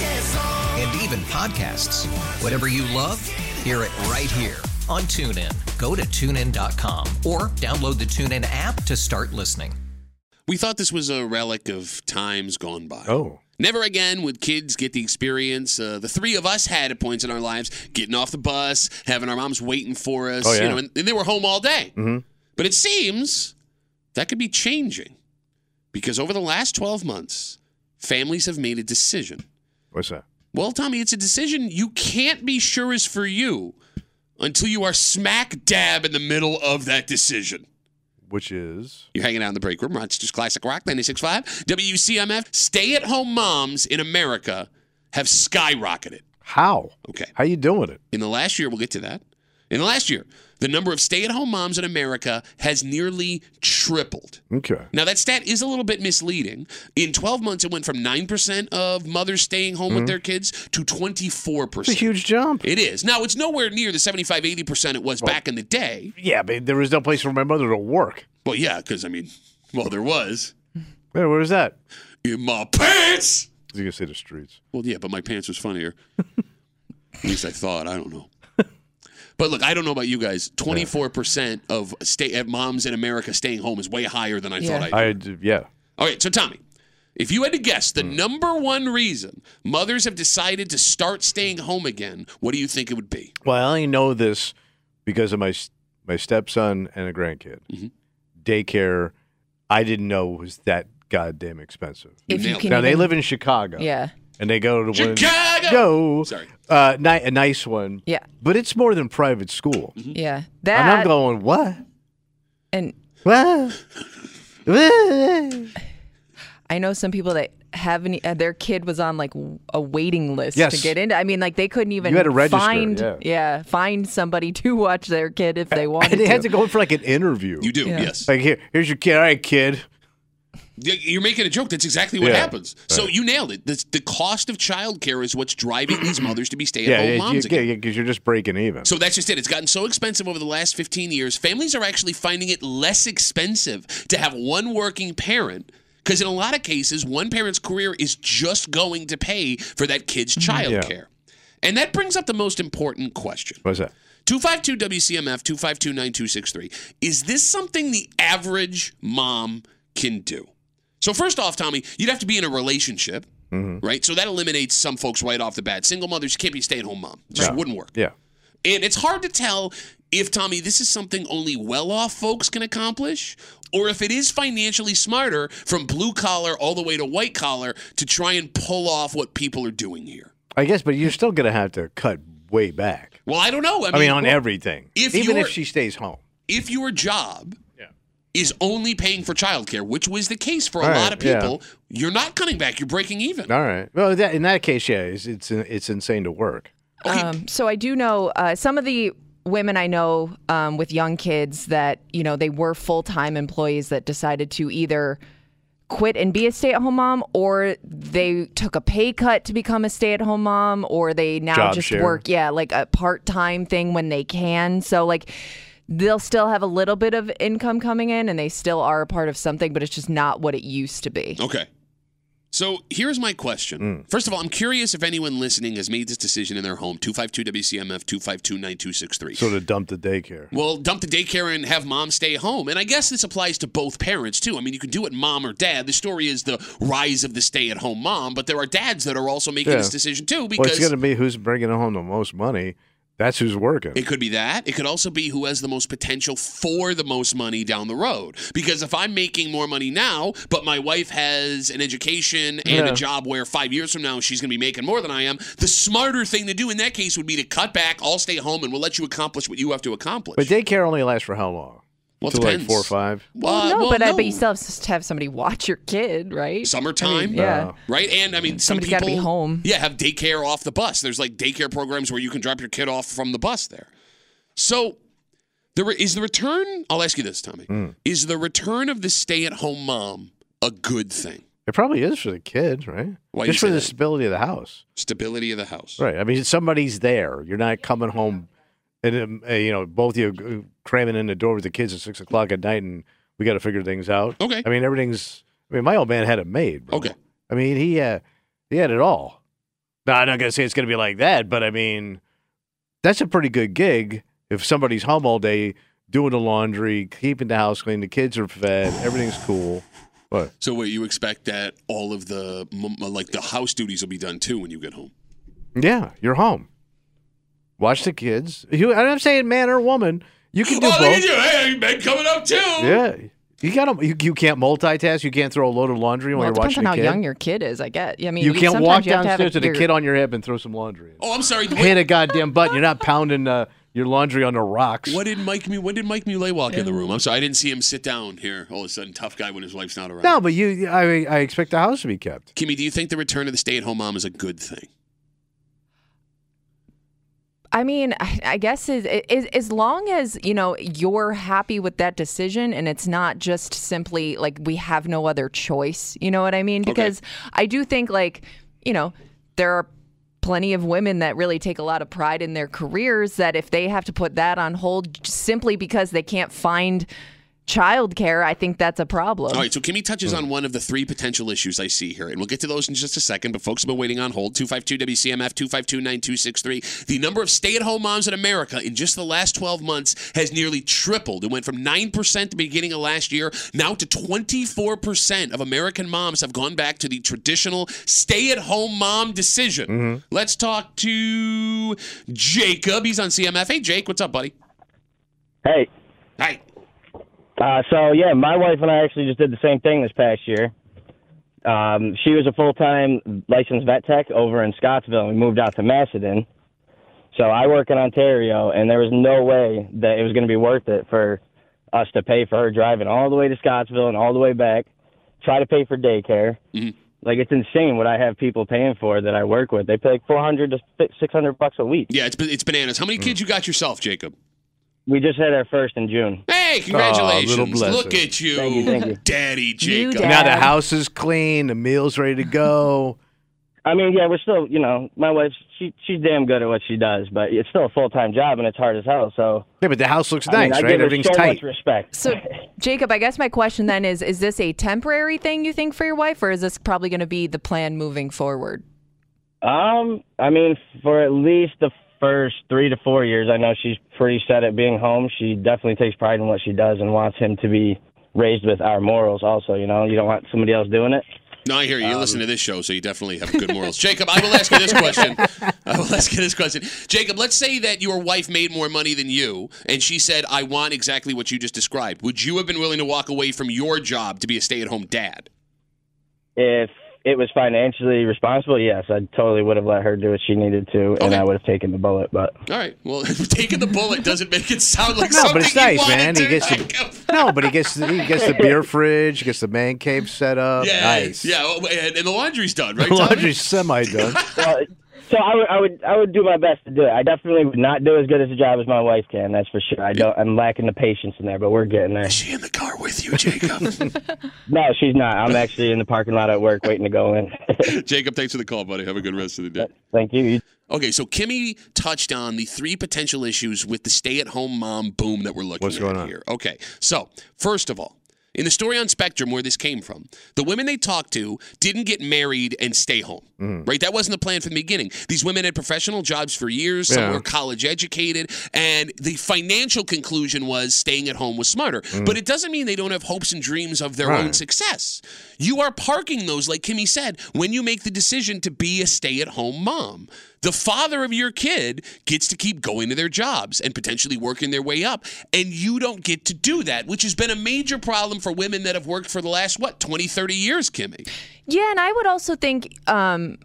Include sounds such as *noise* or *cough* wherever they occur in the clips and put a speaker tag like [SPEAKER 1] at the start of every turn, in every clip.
[SPEAKER 1] Yes, oh,
[SPEAKER 2] and even podcasts. Whatever you love, hear it right here on TuneIn. Go to tunein.com or download the TuneIn app to start listening.
[SPEAKER 3] We thought this was a relic of times gone by. Oh. Never again would kids get the experience uh, the three of us had at points in our lives getting off the bus, having our moms waiting for us,
[SPEAKER 4] Oh, yeah.
[SPEAKER 3] you know, and, and they were home all day.
[SPEAKER 4] Mm-hmm.
[SPEAKER 3] But it seems that could be changing because over the last 12 months, families have made a decision.
[SPEAKER 4] What's that?
[SPEAKER 3] Well, Tommy, it's a decision you can't be sure is for you until you are smack dab in the middle of that decision.
[SPEAKER 4] Which is
[SPEAKER 3] You're hanging out in the break room, Rochester's Classic Rock 96.5, WCMF. Stay at home moms in America have skyrocketed.
[SPEAKER 4] how?
[SPEAKER 3] Okay.
[SPEAKER 4] How you doing it?
[SPEAKER 3] In the last year, we'll get to that. In the last year, the number of stay at home moms in America has nearly tripled.
[SPEAKER 4] Okay.
[SPEAKER 3] Now, that stat is a little bit misleading. In 12 months, it went from 9% of mothers staying home with their kids to 24%.
[SPEAKER 4] Mm-hmm. It's a huge jump.
[SPEAKER 3] It is. Now, it's nowhere near the 75, 80% it was back in the day.
[SPEAKER 4] yeah, but there was no place for my mother to work.
[SPEAKER 3] Well, yeah, because, I mean, well, there was.
[SPEAKER 4] Wait, where is that?
[SPEAKER 3] In my pants!
[SPEAKER 4] He's gonna say the streets.
[SPEAKER 3] Well, yeah, but my pants was funnier. At least I thought. I don't know. But look, I don't know about you guys. Twenty-four percent of stay at moms in America staying home is way higher than I thought. I.
[SPEAKER 4] I d- yeah.
[SPEAKER 3] All right, so Tommy, if you had to guess
[SPEAKER 4] Hmm.
[SPEAKER 3] the number one reason mothers have decided to start staying home again, what do you think it would be?
[SPEAKER 4] Well, I only know this because of my s- my stepson and a grandkid.
[SPEAKER 3] Mm-hmm.
[SPEAKER 4] Daycare, I didn't know was that goddamn expensive.
[SPEAKER 5] if you
[SPEAKER 3] Nailed
[SPEAKER 5] can
[SPEAKER 4] now they
[SPEAKER 5] even-
[SPEAKER 4] live in Chicago.
[SPEAKER 5] yeah
[SPEAKER 4] And they go to one-
[SPEAKER 3] Chicago!
[SPEAKER 4] Go.
[SPEAKER 3] Sorry.
[SPEAKER 4] Uh, ni- a nice one.
[SPEAKER 5] Yeah.
[SPEAKER 4] But it's more than private school.
[SPEAKER 3] Mm-hmm.
[SPEAKER 5] yeah
[SPEAKER 4] And I'm
[SPEAKER 5] that
[SPEAKER 4] going, what?
[SPEAKER 5] and
[SPEAKER 4] What?
[SPEAKER 5] i know some people that haven't uh, their kid was on like w- a waiting list
[SPEAKER 4] Yes.
[SPEAKER 5] to get into i mean like they couldn't even
[SPEAKER 4] had to register,
[SPEAKER 5] find
[SPEAKER 4] yeah.
[SPEAKER 5] find somebody *laughs* to watch their
[SPEAKER 4] *laughs*
[SPEAKER 5] kid if they wanted
[SPEAKER 4] And they
[SPEAKER 5] to
[SPEAKER 4] had to go in for like an interview.
[SPEAKER 3] You do,
[SPEAKER 5] Yeah.
[SPEAKER 3] yes.
[SPEAKER 4] Like here, here's your kid. All right, kid.
[SPEAKER 3] Y- You're making a joke. That's exactly what
[SPEAKER 4] Yeah.
[SPEAKER 3] happens. So you nailed it. The, the cost of childcare is what's driving
[SPEAKER 4] *clears throat*
[SPEAKER 3] these mothers to be
[SPEAKER 4] Yeah,
[SPEAKER 3] stay-at-home
[SPEAKER 4] yeah,
[SPEAKER 3] moms
[SPEAKER 4] you-
[SPEAKER 3] again.
[SPEAKER 4] yeah, yeah, because you're just breaking even.
[SPEAKER 3] So that's just it. It's gotten so expensive over the last 15 years. Families are actually finding it less expensive to have one working parent because, in a lot of cases, one parent's career is just going to pay for that kid's
[SPEAKER 4] Mm-hmm.
[SPEAKER 3] childcare. And that brings up the most important question
[SPEAKER 4] What's that?
[SPEAKER 3] 252 WCMF 252 9263. Is this something the average mom can do? So, first off, Tommy, you'd have to be in a relationship, right? So that eliminates some folks right off the bat. Single mothers you can't be a stay at home mom, It just wouldn't work.
[SPEAKER 4] Yeah,
[SPEAKER 3] And it's hard to tell if, Tommy, this is something only well off folks can accomplish or if it is financially smarter from blue collar all the way to white collar to try and pull off what people are doing here.
[SPEAKER 4] I guess, but you're still gonna have to cut way back.
[SPEAKER 3] Well, I don't know. I mean,
[SPEAKER 4] I mean, on everything.
[SPEAKER 3] if
[SPEAKER 4] even if
[SPEAKER 3] you're-
[SPEAKER 4] she stays home.
[SPEAKER 3] if your job is only paying for childcare, which was the case for a
[SPEAKER 4] All right,
[SPEAKER 3] lot of
[SPEAKER 4] yeah.
[SPEAKER 3] people, you're not cutting back, you're breaking even.
[SPEAKER 4] All right. Well, that, in that case, yeah, it's it's, it's insane to work.
[SPEAKER 5] Um, so I do know uh, some of the women I know um, with young kids that you know they were full time employees that decided to either quit and be a stay at home mom, or they took a pay cut to become a stay at home mom, or they now
[SPEAKER 4] Job
[SPEAKER 5] just
[SPEAKER 4] share.
[SPEAKER 5] work yeah like a part time thing when they can. So like. They'll still have a little bit of income coming in and they still are a part of something, but it's just not what it used to be.
[SPEAKER 3] Okay. So here's my question.
[SPEAKER 4] Mm.
[SPEAKER 3] First of all, I'm curious if anyone listening has made this decision in their home 252 WCMF 252 9263.
[SPEAKER 4] Sort of dump the daycare.
[SPEAKER 3] Well, dump the daycare and have mom stay home. And I guess this applies to both parents, too. I mean, you can do it mom or dad. The story is the rise of the stay at home mom, but there are dads that are also making
[SPEAKER 4] Yeah.
[SPEAKER 3] this decision, too,
[SPEAKER 4] Well,
[SPEAKER 3] because
[SPEAKER 4] it's gonna be who's bringing home the most money That's who's working.
[SPEAKER 3] It could be that. It could also be who has the most potential for the most money down the road. Because if I'm making more money now, but my wife has an education and
[SPEAKER 4] Yeah.
[SPEAKER 3] a job where five years from now she's going to be making more than I am, the smarter thing to do in that case would be to cut back. I'll stay home and we'll let you accomplish what you have to accomplish.
[SPEAKER 4] But daycare only lasts for how long?
[SPEAKER 3] well, it
[SPEAKER 4] Till like
[SPEAKER 3] depends.
[SPEAKER 4] four or five.
[SPEAKER 5] Well,
[SPEAKER 3] Uh,
[SPEAKER 5] no,
[SPEAKER 3] well,
[SPEAKER 5] but I but you still have to have somebody watch your kid, right?
[SPEAKER 3] Summertime.
[SPEAKER 5] I mean, yeah.
[SPEAKER 4] No.
[SPEAKER 3] Right, and I mean, some
[SPEAKER 5] Somebody's
[SPEAKER 3] people
[SPEAKER 5] gotta be home.
[SPEAKER 3] Yeah, have daycare off the bus. There's like daycare programs where you can drop your kid off from the bus there. So, the re- is the return. I'll ask you this, Tommy:
[SPEAKER 4] Hmm.
[SPEAKER 3] Is the return of the stay-at-home mom a good thing?
[SPEAKER 4] It probably is for the kid, right?
[SPEAKER 3] Why
[SPEAKER 4] Just
[SPEAKER 3] you
[SPEAKER 4] for
[SPEAKER 3] say
[SPEAKER 4] the
[SPEAKER 3] that?
[SPEAKER 4] stability of the house,
[SPEAKER 3] Stability of the house.
[SPEAKER 4] right? I mean, somebody's there. You're not coming home, and um, uh, you know both of you uh, cramming in the door with the kids at six o'clock at night, and we got to figure things out.
[SPEAKER 3] Okay.
[SPEAKER 4] I mean, everything's. I mean, my old man had it made. Bro.
[SPEAKER 3] Okay.
[SPEAKER 4] I mean, he uh, he had it all. Now, I'm not gonna say it's gonna be like that, but I mean, that's a pretty good gig if somebody's home all day doing the laundry, keeping the house clean, the kids are fed, everything's cool. What?
[SPEAKER 3] So, what you expect that all of the m- m- like the house duties will be done too when you get home?
[SPEAKER 4] Yeah, you're home. Watch the kids. You, and I'm saying, man or woman, you can do
[SPEAKER 3] oh, look
[SPEAKER 4] both.
[SPEAKER 3] at you! Hey, men coming up too.
[SPEAKER 4] Yeah, you got to. You, you can't multitask. You can't throw a load of laundry
[SPEAKER 5] Well,
[SPEAKER 4] while
[SPEAKER 5] it
[SPEAKER 4] you're
[SPEAKER 5] depends
[SPEAKER 4] watching
[SPEAKER 5] on how
[SPEAKER 4] the kid.
[SPEAKER 5] young your kid is, I get. I mean,
[SPEAKER 4] you can't
[SPEAKER 5] sometimes
[SPEAKER 4] walk
[SPEAKER 5] you have to have
[SPEAKER 4] downstairs
[SPEAKER 5] a,
[SPEAKER 4] with a
[SPEAKER 5] your-
[SPEAKER 4] kid on your hip and throw some laundry. In.
[SPEAKER 3] *laughs* Oh, I'm sorry. What,
[SPEAKER 4] Hit a goddamn button. You're not pounding uh, your laundry on the rocks.
[SPEAKER 3] what did Mike? Mu- When did Mike Mulay walk in the room? I'm sorry, I didn't see him sit down here. All of a sudden, tough guy when his wife's not around.
[SPEAKER 4] No, but you. I I expect the house to be kept.
[SPEAKER 3] Kimmy, do you think the return of the stay-at-home mom is a good thing?
[SPEAKER 5] I mean, I, I guess is, is as long as you know you're happy with that decision, and it's not just simply like we have no other choice. You know what I mean? Because I do think like you know there are plenty of women that really take a lot of pride in their careers that if they have to put that on hold simply because they can't find childcare, I think that's a problem.
[SPEAKER 3] All right, Hmm. so Kimmy touches on one of the three potential issues I see here, and we'll get to those in just a second, but folks have been waiting on hold. 252-WCMF, 252-9263. The number of stay-at-home moms in America in just the last 12 months has nearly tripled. It went from 9% at the beginning of last year, now to 24% of American moms have gone back to the traditional stay-at-home mom decision. Let's talk to Jacob. He's on CMF. Hey, Jake, what's up, buddy?
[SPEAKER 6] Hey,
[SPEAKER 3] Hi.
[SPEAKER 6] uh, so yeah, my wife and I actually just did the same thing this past year. Um, she was a full time licensed vet tech over in Scottsville. We moved out to Macedon. So I work in Ontario, and there was no way that it was going to be worth it for us to pay for her driving all the way to Scottsville and all the way back, try to pay for daycare. Like it's insane what I have people paying for that I work with. They pay like 400 to 600 bucks a week.
[SPEAKER 3] Yeah, it's, it's bananas. How many kids you got yourself, Jacob?
[SPEAKER 6] We just had our first in June.
[SPEAKER 3] Hey, congratulations.
[SPEAKER 4] little blessing.
[SPEAKER 3] Look at you,
[SPEAKER 6] Thank you, thank you.
[SPEAKER 3] Daddy Jacob.
[SPEAKER 5] dad.
[SPEAKER 4] Now the
[SPEAKER 5] Dad.
[SPEAKER 4] house is clean. The meal's ready to go.
[SPEAKER 6] I mean, yeah, we're still, you know, my wife, she she's damn good at what she does, but it's still a full time job and it's hard as hell. So
[SPEAKER 4] yeah, but the house looks
[SPEAKER 6] I
[SPEAKER 4] nice,
[SPEAKER 6] mean, I
[SPEAKER 4] right?
[SPEAKER 6] give her
[SPEAKER 4] Everything's
[SPEAKER 6] so
[SPEAKER 4] tight.
[SPEAKER 6] much respect.
[SPEAKER 5] So, Jacob, I guess my question then is is this a temporary thing you think for your wife, or is this probably going to be the plan moving forward?
[SPEAKER 6] Um, I mean, for at least the first three to four years, I know she's pretty set at being home. She definitely takes pride in what she does and wants him to be raised with our morals. Also, you know, you don't want somebody else doing it.
[SPEAKER 3] No, I hear
[SPEAKER 4] Um,
[SPEAKER 3] you. You listen to this show, so you definitely have good morals. Jacob, I will ask you this
[SPEAKER 4] *laughs*
[SPEAKER 3] question. I will ask you this question. Jacob, let's say that your wife made more money than you, and she said, I want exactly what you just described. Would you have been willing to walk away from your job to be a stay at home dad?
[SPEAKER 6] If it was financially responsible, yes, I totally would have let her do what she needed to, and
[SPEAKER 3] Okay.
[SPEAKER 6] I would have taken the bullet.
[SPEAKER 3] *laughs*
[SPEAKER 6] But
[SPEAKER 3] All right. Well, taking the bullet doesn't make it sound like
[SPEAKER 4] No,
[SPEAKER 3] something
[SPEAKER 4] but it's
[SPEAKER 3] you
[SPEAKER 4] nice,
[SPEAKER 3] wanted
[SPEAKER 4] man.
[SPEAKER 3] To
[SPEAKER 4] He
[SPEAKER 3] *laughs*
[SPEAKER 4] gets
[SPEAKER 3] do.
[SPEAKER 4] the, no, but he gets the, he gets the beer fridge, gets the man cave set
[SPEAKER 3] *laughs*
[SPEAKER 4] up.
[SPEAKER 3] Yeah,
[SPEAKER 4] nice.
[SPEAKER 3] yeah, well, and, and the laundry's
[SPEAKER 4] *laughs*
[SPEAKER 3] done, right?
[SPEAKER 4] The
[SPEAKER 3] Tommy?
[SPEAKER 4] laundry's semi done.
[SPEAKER 6] Well, so I would, I would, I would do my best to do it. I definitely would not do as good as a job as my wife can. That's for sure. I don't. I'm lacking the patience in there, but we're getting there.
[SPEAKER 3] Is she in the car with you, Jacob?
[SPEAKER 6] *laughs* No, she's not. I'm actually in the parking lot at work, waiting to go in. *laughs*
[SPEAKER 3] Jacob, thanks for the call, buddy. Have a good rest of the day.
[SPEAKER 6] Thank you. You-
[SPEAKER 3] Okay, so Kimmy touched on the three potential issues with the stay-at-home mom boom that we're looking
[SPEAKER 4] What's
[SPEAKER 3] at
[SPEAKER 4] going on?
[SPEAKER 3] here. Okay, so first of all, in the story on Spectrum where this came from, the women they talked to didn't get married and stay home,
[SPEAKER 4] Mm.
[SPEAKER 3] right? That wasn't the plan from the beginning. These women had professional jobs for years. Some
[SPEAKER 4] Yeah.
[SPEAKER 3] were college educated, and the financial conclusion was staying at home was smarter. But it doesn't mean they don't have hopes and dreams of their own
[SPEAKER 4] Mm. Right.
[SPEAKER 3] success. You are parking those, like Kimmy said, when you make the decision to be a stay at home mom. The father of your kid gets to keep going to their jobs and potentially working their way up. And you don't get to do that, which has been a major problem for women that have worked for the last, what, 20, 30 years, Kimmy?
[SPEAKER 5] Yeah, and I would also think, um,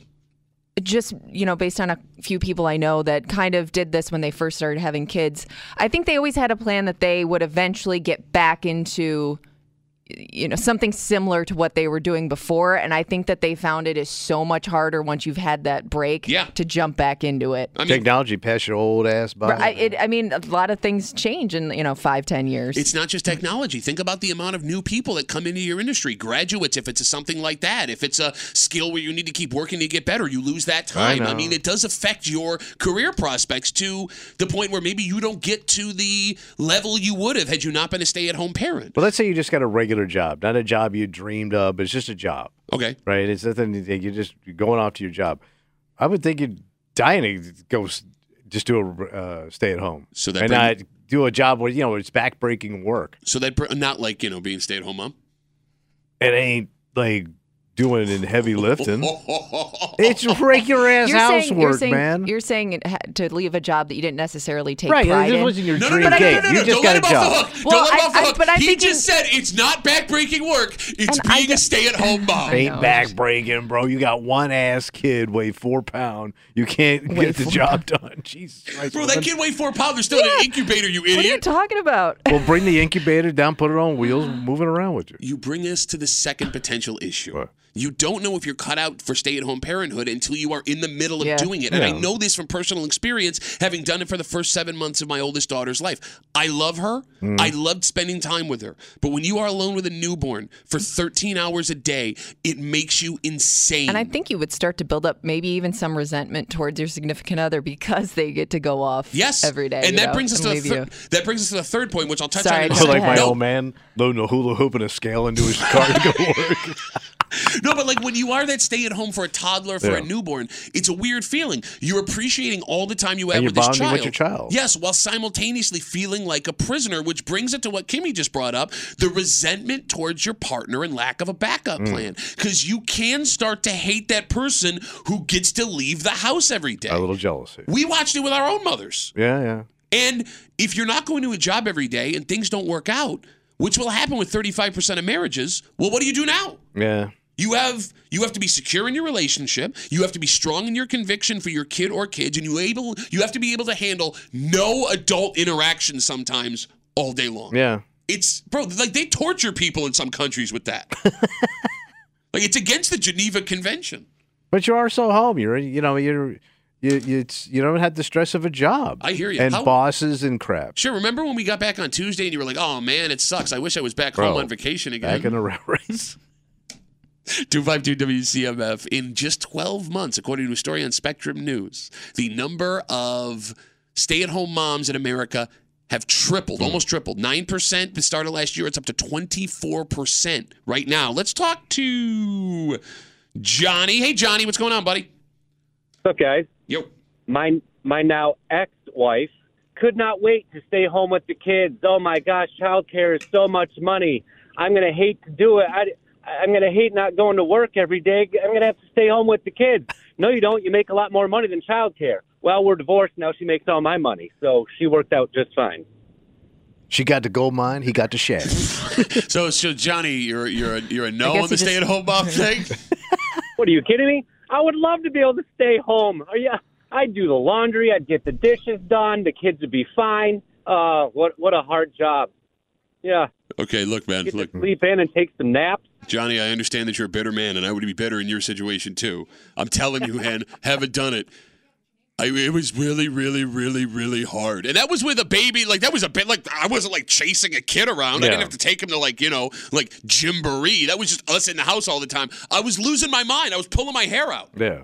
[SPEAKER 5] just you know, based on a few people I know that kind of did this when they first started having kids, I think they always had a plan that they would eventually get back into, you know, something similar to what they were doing before. And I think that they found it is so much harder once you've had that break
[SPEAKER 3] Yeah.
[SPEAKER 5] to jump back into it.
[SPEAKER 3] I mean,
[SPEAKER 4] Technology passed your old ass by.
[SPEAKER 5] I, it, I mean, a lot of things change in you know five, ten years.
[SPEAKER 3] It's not just technology. Think about the amount of new people that come into your industry, graduates, if it's something like that, if it's a skill where you need to keep working to get better, you lose that time. I,
[SPEAKER 4] know.
[SPEAKER 3] mean, it does affect your career prospects to the point where maybe you don't get to the level you would have had you not been a stay at home parent.
[SPEAKER 4] Well, let's say you just got a regular job, not a job you dreamed of, but it's just a job,
[SPEAKER 3] Okay.
[SPEAKER 4] right? It's nothing. You're just going off to your job. I would think you'd die to go s- just do a uh, stay at home.
[SPEAKER 3] So that
[SPEAKER 4] and
[SPEAKER 3] brings-
[SPEAKER 4] not do a job where you know it's backbreaking work.
[SPEAKER 3] So that, pr- not like, you know, being stay at home mom.
[SPEAKER 4] It ain't like doing it in heavy
[SPEAKER 3] *laughs*
[SPEAKER 4] lifting. it's regular ass
[SPEAKER 5] you're
[SPEAKER 4] housework,
[SPEAKER 5] saying, you're saying,
[SPEAKER 4] man.
[SPEAKER 5] You're saying it had to leave a job that you didn't necessarily take
[SPEAKER 4] right.
[SPEAKER 5] pride
[SPEAKER 4] This
[SPEAKER 5] in.
[SPEAKER 4] wasn't your
[SPEAKER 3] No, no,
[SPEAKER 4] dream
[SPEAKER 3] no, no, no,
[SPEAKER 4] gig.
[SPEAKER 3] no, no,
[SPEAKER 4] You
[SPEAKER 3] no.
[SPEAKER 4] just
[SPEAKER 3] Don't
[SPEAKER 4] got
[SPEAKER 3] let
[SPEAKER 4] a
[SPEAKER 3] him
[SPEAKER 4] job.
[SPEAKER 3] off the hook.
[SPEAKER 5] Well,
[SPEAKER 3] Don't let him
[SPEAKER 5] I-
[SPEAKER 3] off the
[SPEAKER 5] I-
[SPEAKER 3] hook.
[SPEAKER 5] but I'm
[SPEAKER 3] he
[SPEAKER 5] thinking-
[SPEAKER 3] just said it's not backbreaking work. It's
[SPEAKER 5] And I
[SPEAKER 3] being a
[SPEAKER 5] just-
[SPEAKER 3] stay at home mom.
[SPEAKER 4] Ain't
[SPEAKER 5] know.
[SPEAKER 4] backbreaking, bro. You got one ass kid, weigh four pound. You can't
[SPEAKER 5] Weigh
[SPEAKER 4] get the
[SPEAKER 5] four
[SPEAKER 4] job done. *laughs* Jesus Christ.
[SPEAKER 3] Bro,
[SPEAKER 4] woman.
[SPEAKER 3] that kid weighed four pounds. They're still in an incubator, you
[SPEAKER 5] what are you
[SPEAKER 3] idiot.
[SPEAKER 5] talking about?
[SPEAKER 4] Well, bring the incubator down, put it on wheels, move it around with you.
[SPEAKER 3] you bring us to the second potential issue.
[SPEAKER 4] What?
[SPEAKER 3] You don't know if you're cut out for stay at home parenthood until you are in the middle of
[SPEAKER 5] Yeah.
[SPEAKER 3] doing it. And I
[SPEAKER 4] Yeah.
[SPEAKER 3] know this from personal experience, having done it for the first seven months of my oldest daughter's life. I love her.
[SPEAKER 4] Mm.
[SPEAKER 3] I loved spending time with her. But when you are alone with a newborn for 13 hours a day, it makes you insane.
[SPEAKER 5] And I think you would start to build up maybe even some resentment towards your significant other because they get to go off
[SPEAKER 3] Yes,
[SPEAKER 5] every day.
[SPEAKER 3] and
[SPEAKER 5] you
[SPEAKER 3] that
[SPEAKER 5] know,
[SPEAKER 3] brings us to the
[SPEAKER 5] leave you.
[SPEAKER 3] thir- that brings us to the third point, which I'll touch on.
[SPEAKER 5] Sorry,
[SPEAKER 3] In a
[SPEAKER 5] I
[SPEAKER 4] So
[SPEAKER 5] just
[SPEAKER 3] second.
[SPEAKER 4] like my
[SPEAKER 3] no,
[SPEAKER 4] old man loading a hula hoop and a scale into *laughs* his car to go work.
[SPEAKER 3] no, but like when you are that stay at home for a toddler for a
[SPEAKER 4] Yeah.
[SPEAKER 3] newborn, it's a weird feeling. You're appreciating all the time you have
[SPEAKER 4] you're
[SPEAKER 3] with this
[SPEAKER 4] bonding
[SPEAKER 3] child.
[SPEAKER 4] with your child.
[SPEAKER 3] Yes, while simultaneously feeling like a prisoner, which brings it to what Kimmy just brought up: the resentment towards your partner and lack of a backup
[SPEAKER 4] Mm.
[SPEAKER 3] plan. Because you can start to hate that person who gets to leave the house every day.
[SPEAKER 4] a little jealousy.
[SPEAKER 3] we watched it with our own mothers.
[SPEAKER 4] Yeah, yeah.
[SPEAKER 3] And if you're not going to a job every day and things don't work out, which will happen with 35% of marriages, well, what do you do now?
[SPEAKER 4] Yeah.
[SPEAKER 3] You have you have to be secure in your relationship. You have to be strong in your conviction for your kid or kids, and you able you have to be able to handle no adult interaction sometimes all day long.
[SPEAKER 4] Yeah.
[SPEAKER 3] It's bro, like they torture people in some countries with that. like it's against the Geneva Convention.
[SPEAKER 4] But you are so home. You're you know, you're you you- it's you don't have the stress of a job.
[SPEAKER 3] I hear you.
[SPEAKER 4] And
[SPEAKER 3] How-
[SPEAKER 4] bosses and crap.
[SPEAKER 3] Sure, remember when we got back on Tuesday and you were like, "Oh man, it sucks. I wish I was back
[SPEAKER 4] Bro,
[SPEAKER 3] home on vacation again."
[SPEAKER 4] Back in the *laughs* rail race.
[SPEAKER 3] 252 WCMF. In just 12 months, according to a story on Spectrum News, the number of stay at home moms in America have tripled,
[SPEAKER 4] Hmm.
[SPEAKER 3] almost tripled. 9% at the start of last year. It's up to 24% right now. Let's talk to Johnny. Hey, Johnny, what's going on, buddy?
[SPEAKER 7] What's up, guys?
[SPEAKER 3] Yo.
[SPEAKER 7] My my now ex wife could not wait to stay home with the kids. Oh my gosh, childcare is so much money. I'm gonna hate to do it. I, I'm gonna hate not going to work every day. I'm gonna have to stay home with the kids. No, you don't. You make a lot more money than childcare. Well, we're divorced now. She makes all my money, so she worked out just fine.
[SPEAKER 4] She got the gold mine, he got the shaft.
[SPEAKER 3] So, Oh, so Johnny, you're you're a, you're a
[SPEAKER 5] I
[SPEAKER 3] no
[SPEAKER 5] guess
[SPEAKER 3] on the
[SPEAKER 5] he just-
[SPEAKER 3] stay at home
[SPEAKER 5] *laughs*
[SPEAKER 3] mom thing.
[SPEAKER 7] *laughs* What are you kidding me? I would love to be able to stay home. Are you, I'd do the laundry. I'd get the dishes done. The kids would be fine. Uh, what what a hard job. Yeah.
[SPEAKER 3] Okay, look, man,
[SPEAKER 7] get
[SPEAKER 3] look,
[SPEAKER 7] to sleep in and take some naps.
[SPEAKER 3] Johnny, I understand that you're a bitter man, and I would be bitter in your situation too. I'm telling you,
[SPEAKER 7] *laughs*
[SPEAKER 3] man, haven't done it. I, it was really, really, really, really hard, and that was with a baby. Like that was a bit like I wasn't like chasing a kid around. I didn't
[SPEAKER 4] Yeah.
[SPEAKER 3] have to take him to like you know like gymboree. That was just us in the house all the time. I was losing my mind. I was pulling my hair out.
[SPEAKER 4] yeah.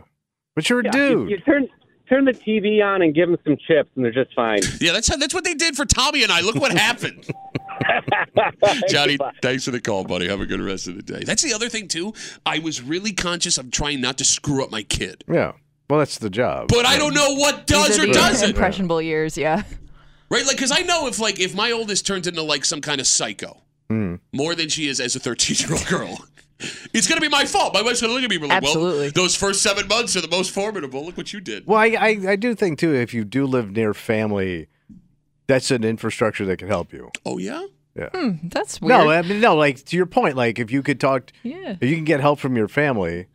[SPEAKER 4] But you're a
[SPEAKER 7] Yeah,
[SPEAKER 4] dude.
[SPEAKER 7] You, you turn turn the TV on and give them some chips, and they're just
[SPEAKER 3] *laughs*
[SPEAKER 7] fine.
[SPEAKER 3] Yeah, that's how, that's what they did for Tommy and I. Look what happened.
[SPEAKER 7] *laughs*
[SPEAKER 3] Johnny, thanks for the call, buddy. Have a good rest of the day. That's the other thing too. I was really conscious of trying not to screw up my kid.
[SPEAKER 4] yeah. Well that's the job.
[SPEAKER 3] but I don't know what
[SPEAKER 5] These
[SPEAKER 3] does
[SPEAKER 5] are
[SPEAKER 3] or
[SPEAKER 5] the
[SPEAKER 3] doesn't.
[SPEAKER 5] Impressionable years, yeah.
[SPEAKER 3] Right? Like, because I know if Hmm. like if my oldest turns into like some kind of psycho, more than she is as a thirteen year old girl. It's going to be my fault. My wife's going to look at me and be like,
[SPEAKER 5] Absolutely.
[SPEAKER 3] well, those first seven months are the most formidable. Look what you did.
[SPEAKER 4] Well, I, I, I do think too, if you do live near family, that's an infrastructure that can help you.
[SPEAKER 3] Oh, yeah?
[SPEAKER 5] Hmm, That's weird.
[SPEAKER 4] No, I mean, no, like to your point, like if you could talk,
[SPEAKER 5] Yeah.
[SPEAKER 4] if you can get help from your family,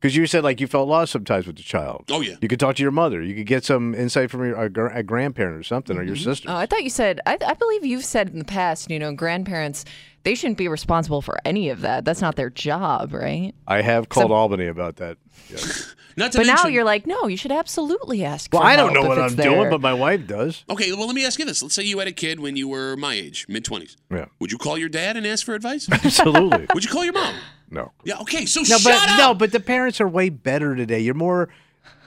[SPEAKER 4] because you said like you felt lost sometimes with the child.
[SPEAKER 3] Oh, yeah.
[SPEAKER 4] You could talk to your mother. You could get some insight from your a, gr- a grandparent or something or your
[SPEAKER 3] Mm-hmm.
[SPEAKER 4] sister.
[SPEAKER 5] Oh, I thought you said. I, I believe you've said in the past. You know, grandparents they shouldn't be responsible for any of that. That's not their job, right?
[SPEAKER 4] I have called Albany about that.
[SPEAKER 3] *laughs* Not to
[SPEAKER 5] But now
[SPEAKER 3] mention-
[SPEAKER 5] you're like, no, you should absolutely ask.
[SPEAKER 4] Well,
[SPEAKER 5] for
[SPEAKER 4] I don't
[SPEAKER 5] help
[SPEAKER 4] know
[SPEAKER 5] if
[SPEAKER 4] what
[SPEAKER 5] it's
[SPEAKER 4] I'm
[SPEAKER 5] there.
[SPEAKER 4] doing, but my wife does.
[SPEAKER 3] Okay, well, let me ask you this. Let's say you had a kid when you were my age, mid 20s.
[SPEAKER 4] Yeah,
[SPEAKER 3] Would you call your dad and ask for advice?
[SPEAKER 4] *laughs* absolutely.
[SPEAKER 3] Would you call your mom?
[SPEAKER 4] No.
[SPEAKER 3] Yeah, okay, so
[SPEAKER 4] No,
[SPEAKER 3] shut
[SPEAKER 4] but
[SPEAKER 3] up.
[SPEAKER 4] no, but the parents are way better today. You're more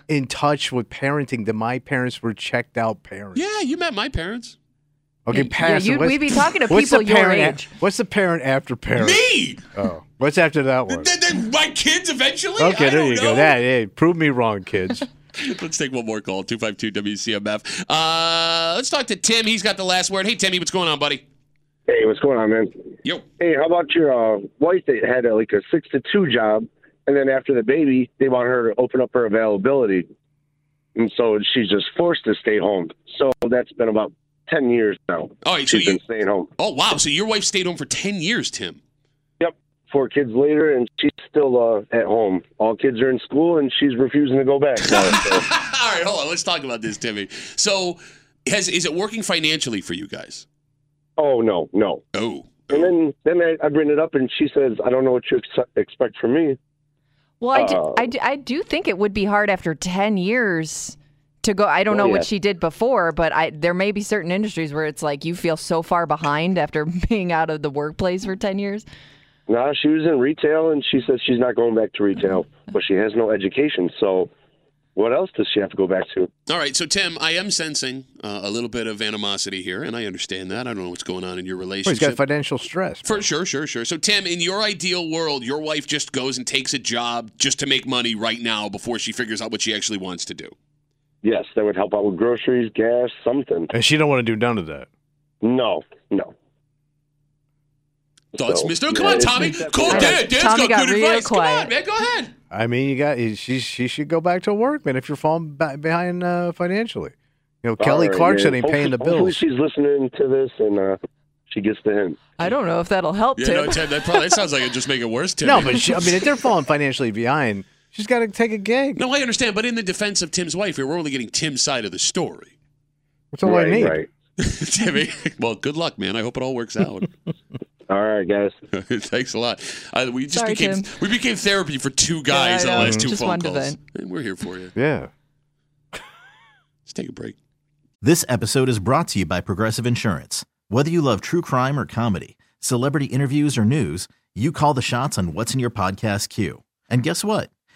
[SPEAKER 4] in touch with parenting than my parents were checked out parents.
[SPEAKER 3] yeah, you met my parents.
[SPEAKER 4] Okay, parents.
[SPEAKER 5] you'd-
[SPEAKER 4] what's-
[SPEAKER 5] we'd be talking to
[SPEAKER 4] what's the
[SPEAKER 5] people your
[SPEAKER 4] parent a-
[SPEAKER 5] age.
[SPEAKER 4] what's the parent after parent?
[SPEAKER 3] Me!
[SPEAKER 4] Oh, what's after that one?
[SPEAKER 3] Then, then my kids eventually?
[SPEAKER 4] Okay,
[SPEAKER 3] I
[SPEAKER 4] there
[SPEAKER 3] don't
[SPEAKER 4] you
[SPEAKER 3] know.
[SPEAKER 4] go. That hey, prove me wrong, kids.
[SPEAKER 3] *laughs* Let's take one more call 252 WCMF. Uh, let's talk to Tim. He's got the last word. Hey, Timmy, what's going on, buddy?
[SPEAKER 8] Hey, what's going on, man?
[SPEAKER 3] Yo.
[SPEAKER 8] Hey, how about your uh, wife that had uh, like a six to two job, and then after the baby, they want her to open up her availability, and so she's just forced to stay home. So that's been about ten years now.
[SPEAKER 3] All right, so
[SPEAKER 8] she's
[SPEAKER 3] you-
[SPEAKER 8] been staying home.
[SPEAKER 3] Oh, wow. So your wife stayed home for 10 years, Tim. *laughs*
[SPEAKER 8] Yep, four kids later, and she's still uh, at home. All kids are in school, and she's refusing to
[SPEAKER 3] *laughs*
[SPEAKER 8] go back. Now, so.
[SPEAKER 3] All right, hold on. Let's talk about this, Timmy. So has is it working financially for you guys?
[SPEAKER 8] Oh no, no.
[SPEAKER 3] Oh.
[SPEAKER 8] And then then I, I bring it up, and she says, "I don't know what you ex- expect from me."
[SPEAKER 5] Well, I do,
[SPEAKER 8] Oh.
[SPEAKER 5] I, do, I do think it would be hard after 10 years to go. I don't
[SPEAKER 8] Well,
[SPEAKER 5] know
[SPEAKER 8] yeah.
[SPEAKER 5] what she did before, but I there may be certain industries where it's like you feel so far behind after *laughs* being out of the workplace for 10 years.
[SPEAKER 8] No, she was in retail, and she says she's not going back to retail, but she has no education. So, what else does she have to go back to?
[SPEAKER 3] All right, so Tim, I am sensing uh, a little bit of animosity here, and I understand that. I don't know what's going on in your
[SPEAKER 4] He's got
[SPEAKER 3] relationship.
[SPEAKER 4] financial stress.
[SPEAKER 3] for sure, sure, sure. So, Tim, in your ideal world, your wife just goes and takes a job just to make money right now before she figures out what she actually wants to do.
[SPEAKER 8] Yes, that would help out with groceries, gas, something.
[SPEAKER 4] And she don't want to do none of that.
[SPEAKER 8] No, no.
[SPEAKER 3] Thoughts,
[SPEAKER 8] So,
[SPEAKER 3] Mister? Oh,
[SPEAKER 8] yeah,
[SPEAKER 3] Come on,
[SPEAKER 8] it's-
[SPEAKER 3] Tommy.
[SPEAKER 8] it's-
[SPEAKER 3] Call
[SPEAKER 5] I know.
[SPEAKER 3] Dad. Dad's
[SPEAKER 5] Tommy
[SPEAKER 3] got,
[SPEAKER 5] got
[SPEAKER 3] good
[SPEAKER 5] real
[SPEAKER 3] advice. Come on,
[SPEAKER 5] quiet.
[SPEAKER 3] man. Go ahead.
[SPEAKER 4] I mean, you got she she should go back to work, man. If you're falling ba- behind uh, financially, you know Kelly
[SPEAKER 8] All right,
[SPEAKER 4] Clarkson
[SPEAKER 8] yeah.
[SPEAKER 4] ain't paying the
[SPEAKER 8] Hopefully- hopefully
[SPEAKER 4] bills.
[SPEAKER 8] she's listening to this, and uh, she gets the hint.
[SPEAKER 5] I don't know if that'll help,
[SPEAKER 3] Yeah,
[SPEAKER 5] Tim.
[SPEAKER 3] no, Tim.
[SPEAKER 5] *laughs*
[SPEAKER 3] That probably that sounds like it just make it worse, Tim.
[SPEAKER 4] No, but she, I mean, *laughs* if they're falling financially behind, she's got to take a gig.
[SPEAKER 3] no, I understand. But in the defense of Tim's wife, here we're only getting Tim's side of the story.
[SPEAKER 4] That's all
[SPEAKER 8] right,
[SPEAKER 4] I need.
[SPEAKER 8] right.
[SPEAKER 3] *laughs* Timmy, well, good luck, man. I hope it all works
[SPEAKER 5] *laughs*
[SPEAKER 3] out.
[SPEAKER 8] All right, guys.
[SPEAKER 3] *laughs* Thanks a lot. Uh, we just
[SPEAKER 5] Sorry,
[SPEAKER 3] became
[SPEAKER 5] Tim.
[SPEAKER 3] we became therapy for two guys
[SPEAKER 5] Yeah,
[SPEAKER 3] in the
[SPEAKER 5] I know.
[SPEAKER 3] last two
[SPEAKER 5] Just
[SPEAKER 3] phone
[SPEAKER 5] wanted to
[SPEAKER 3] calls,
[SPEAKER 5] vent.
[SPEAKER 3] and we're here for you. *laughs*
[SPEAKER 4] Yeah.
[SPEAKER 3] Let's take a break.
[SPEAKER 9] This episode is brought to you by Progressive Insurance. Whether you love true crime or comedy, celebrity interviews or news, you call the shots on what's in your podcast queue. And guess what?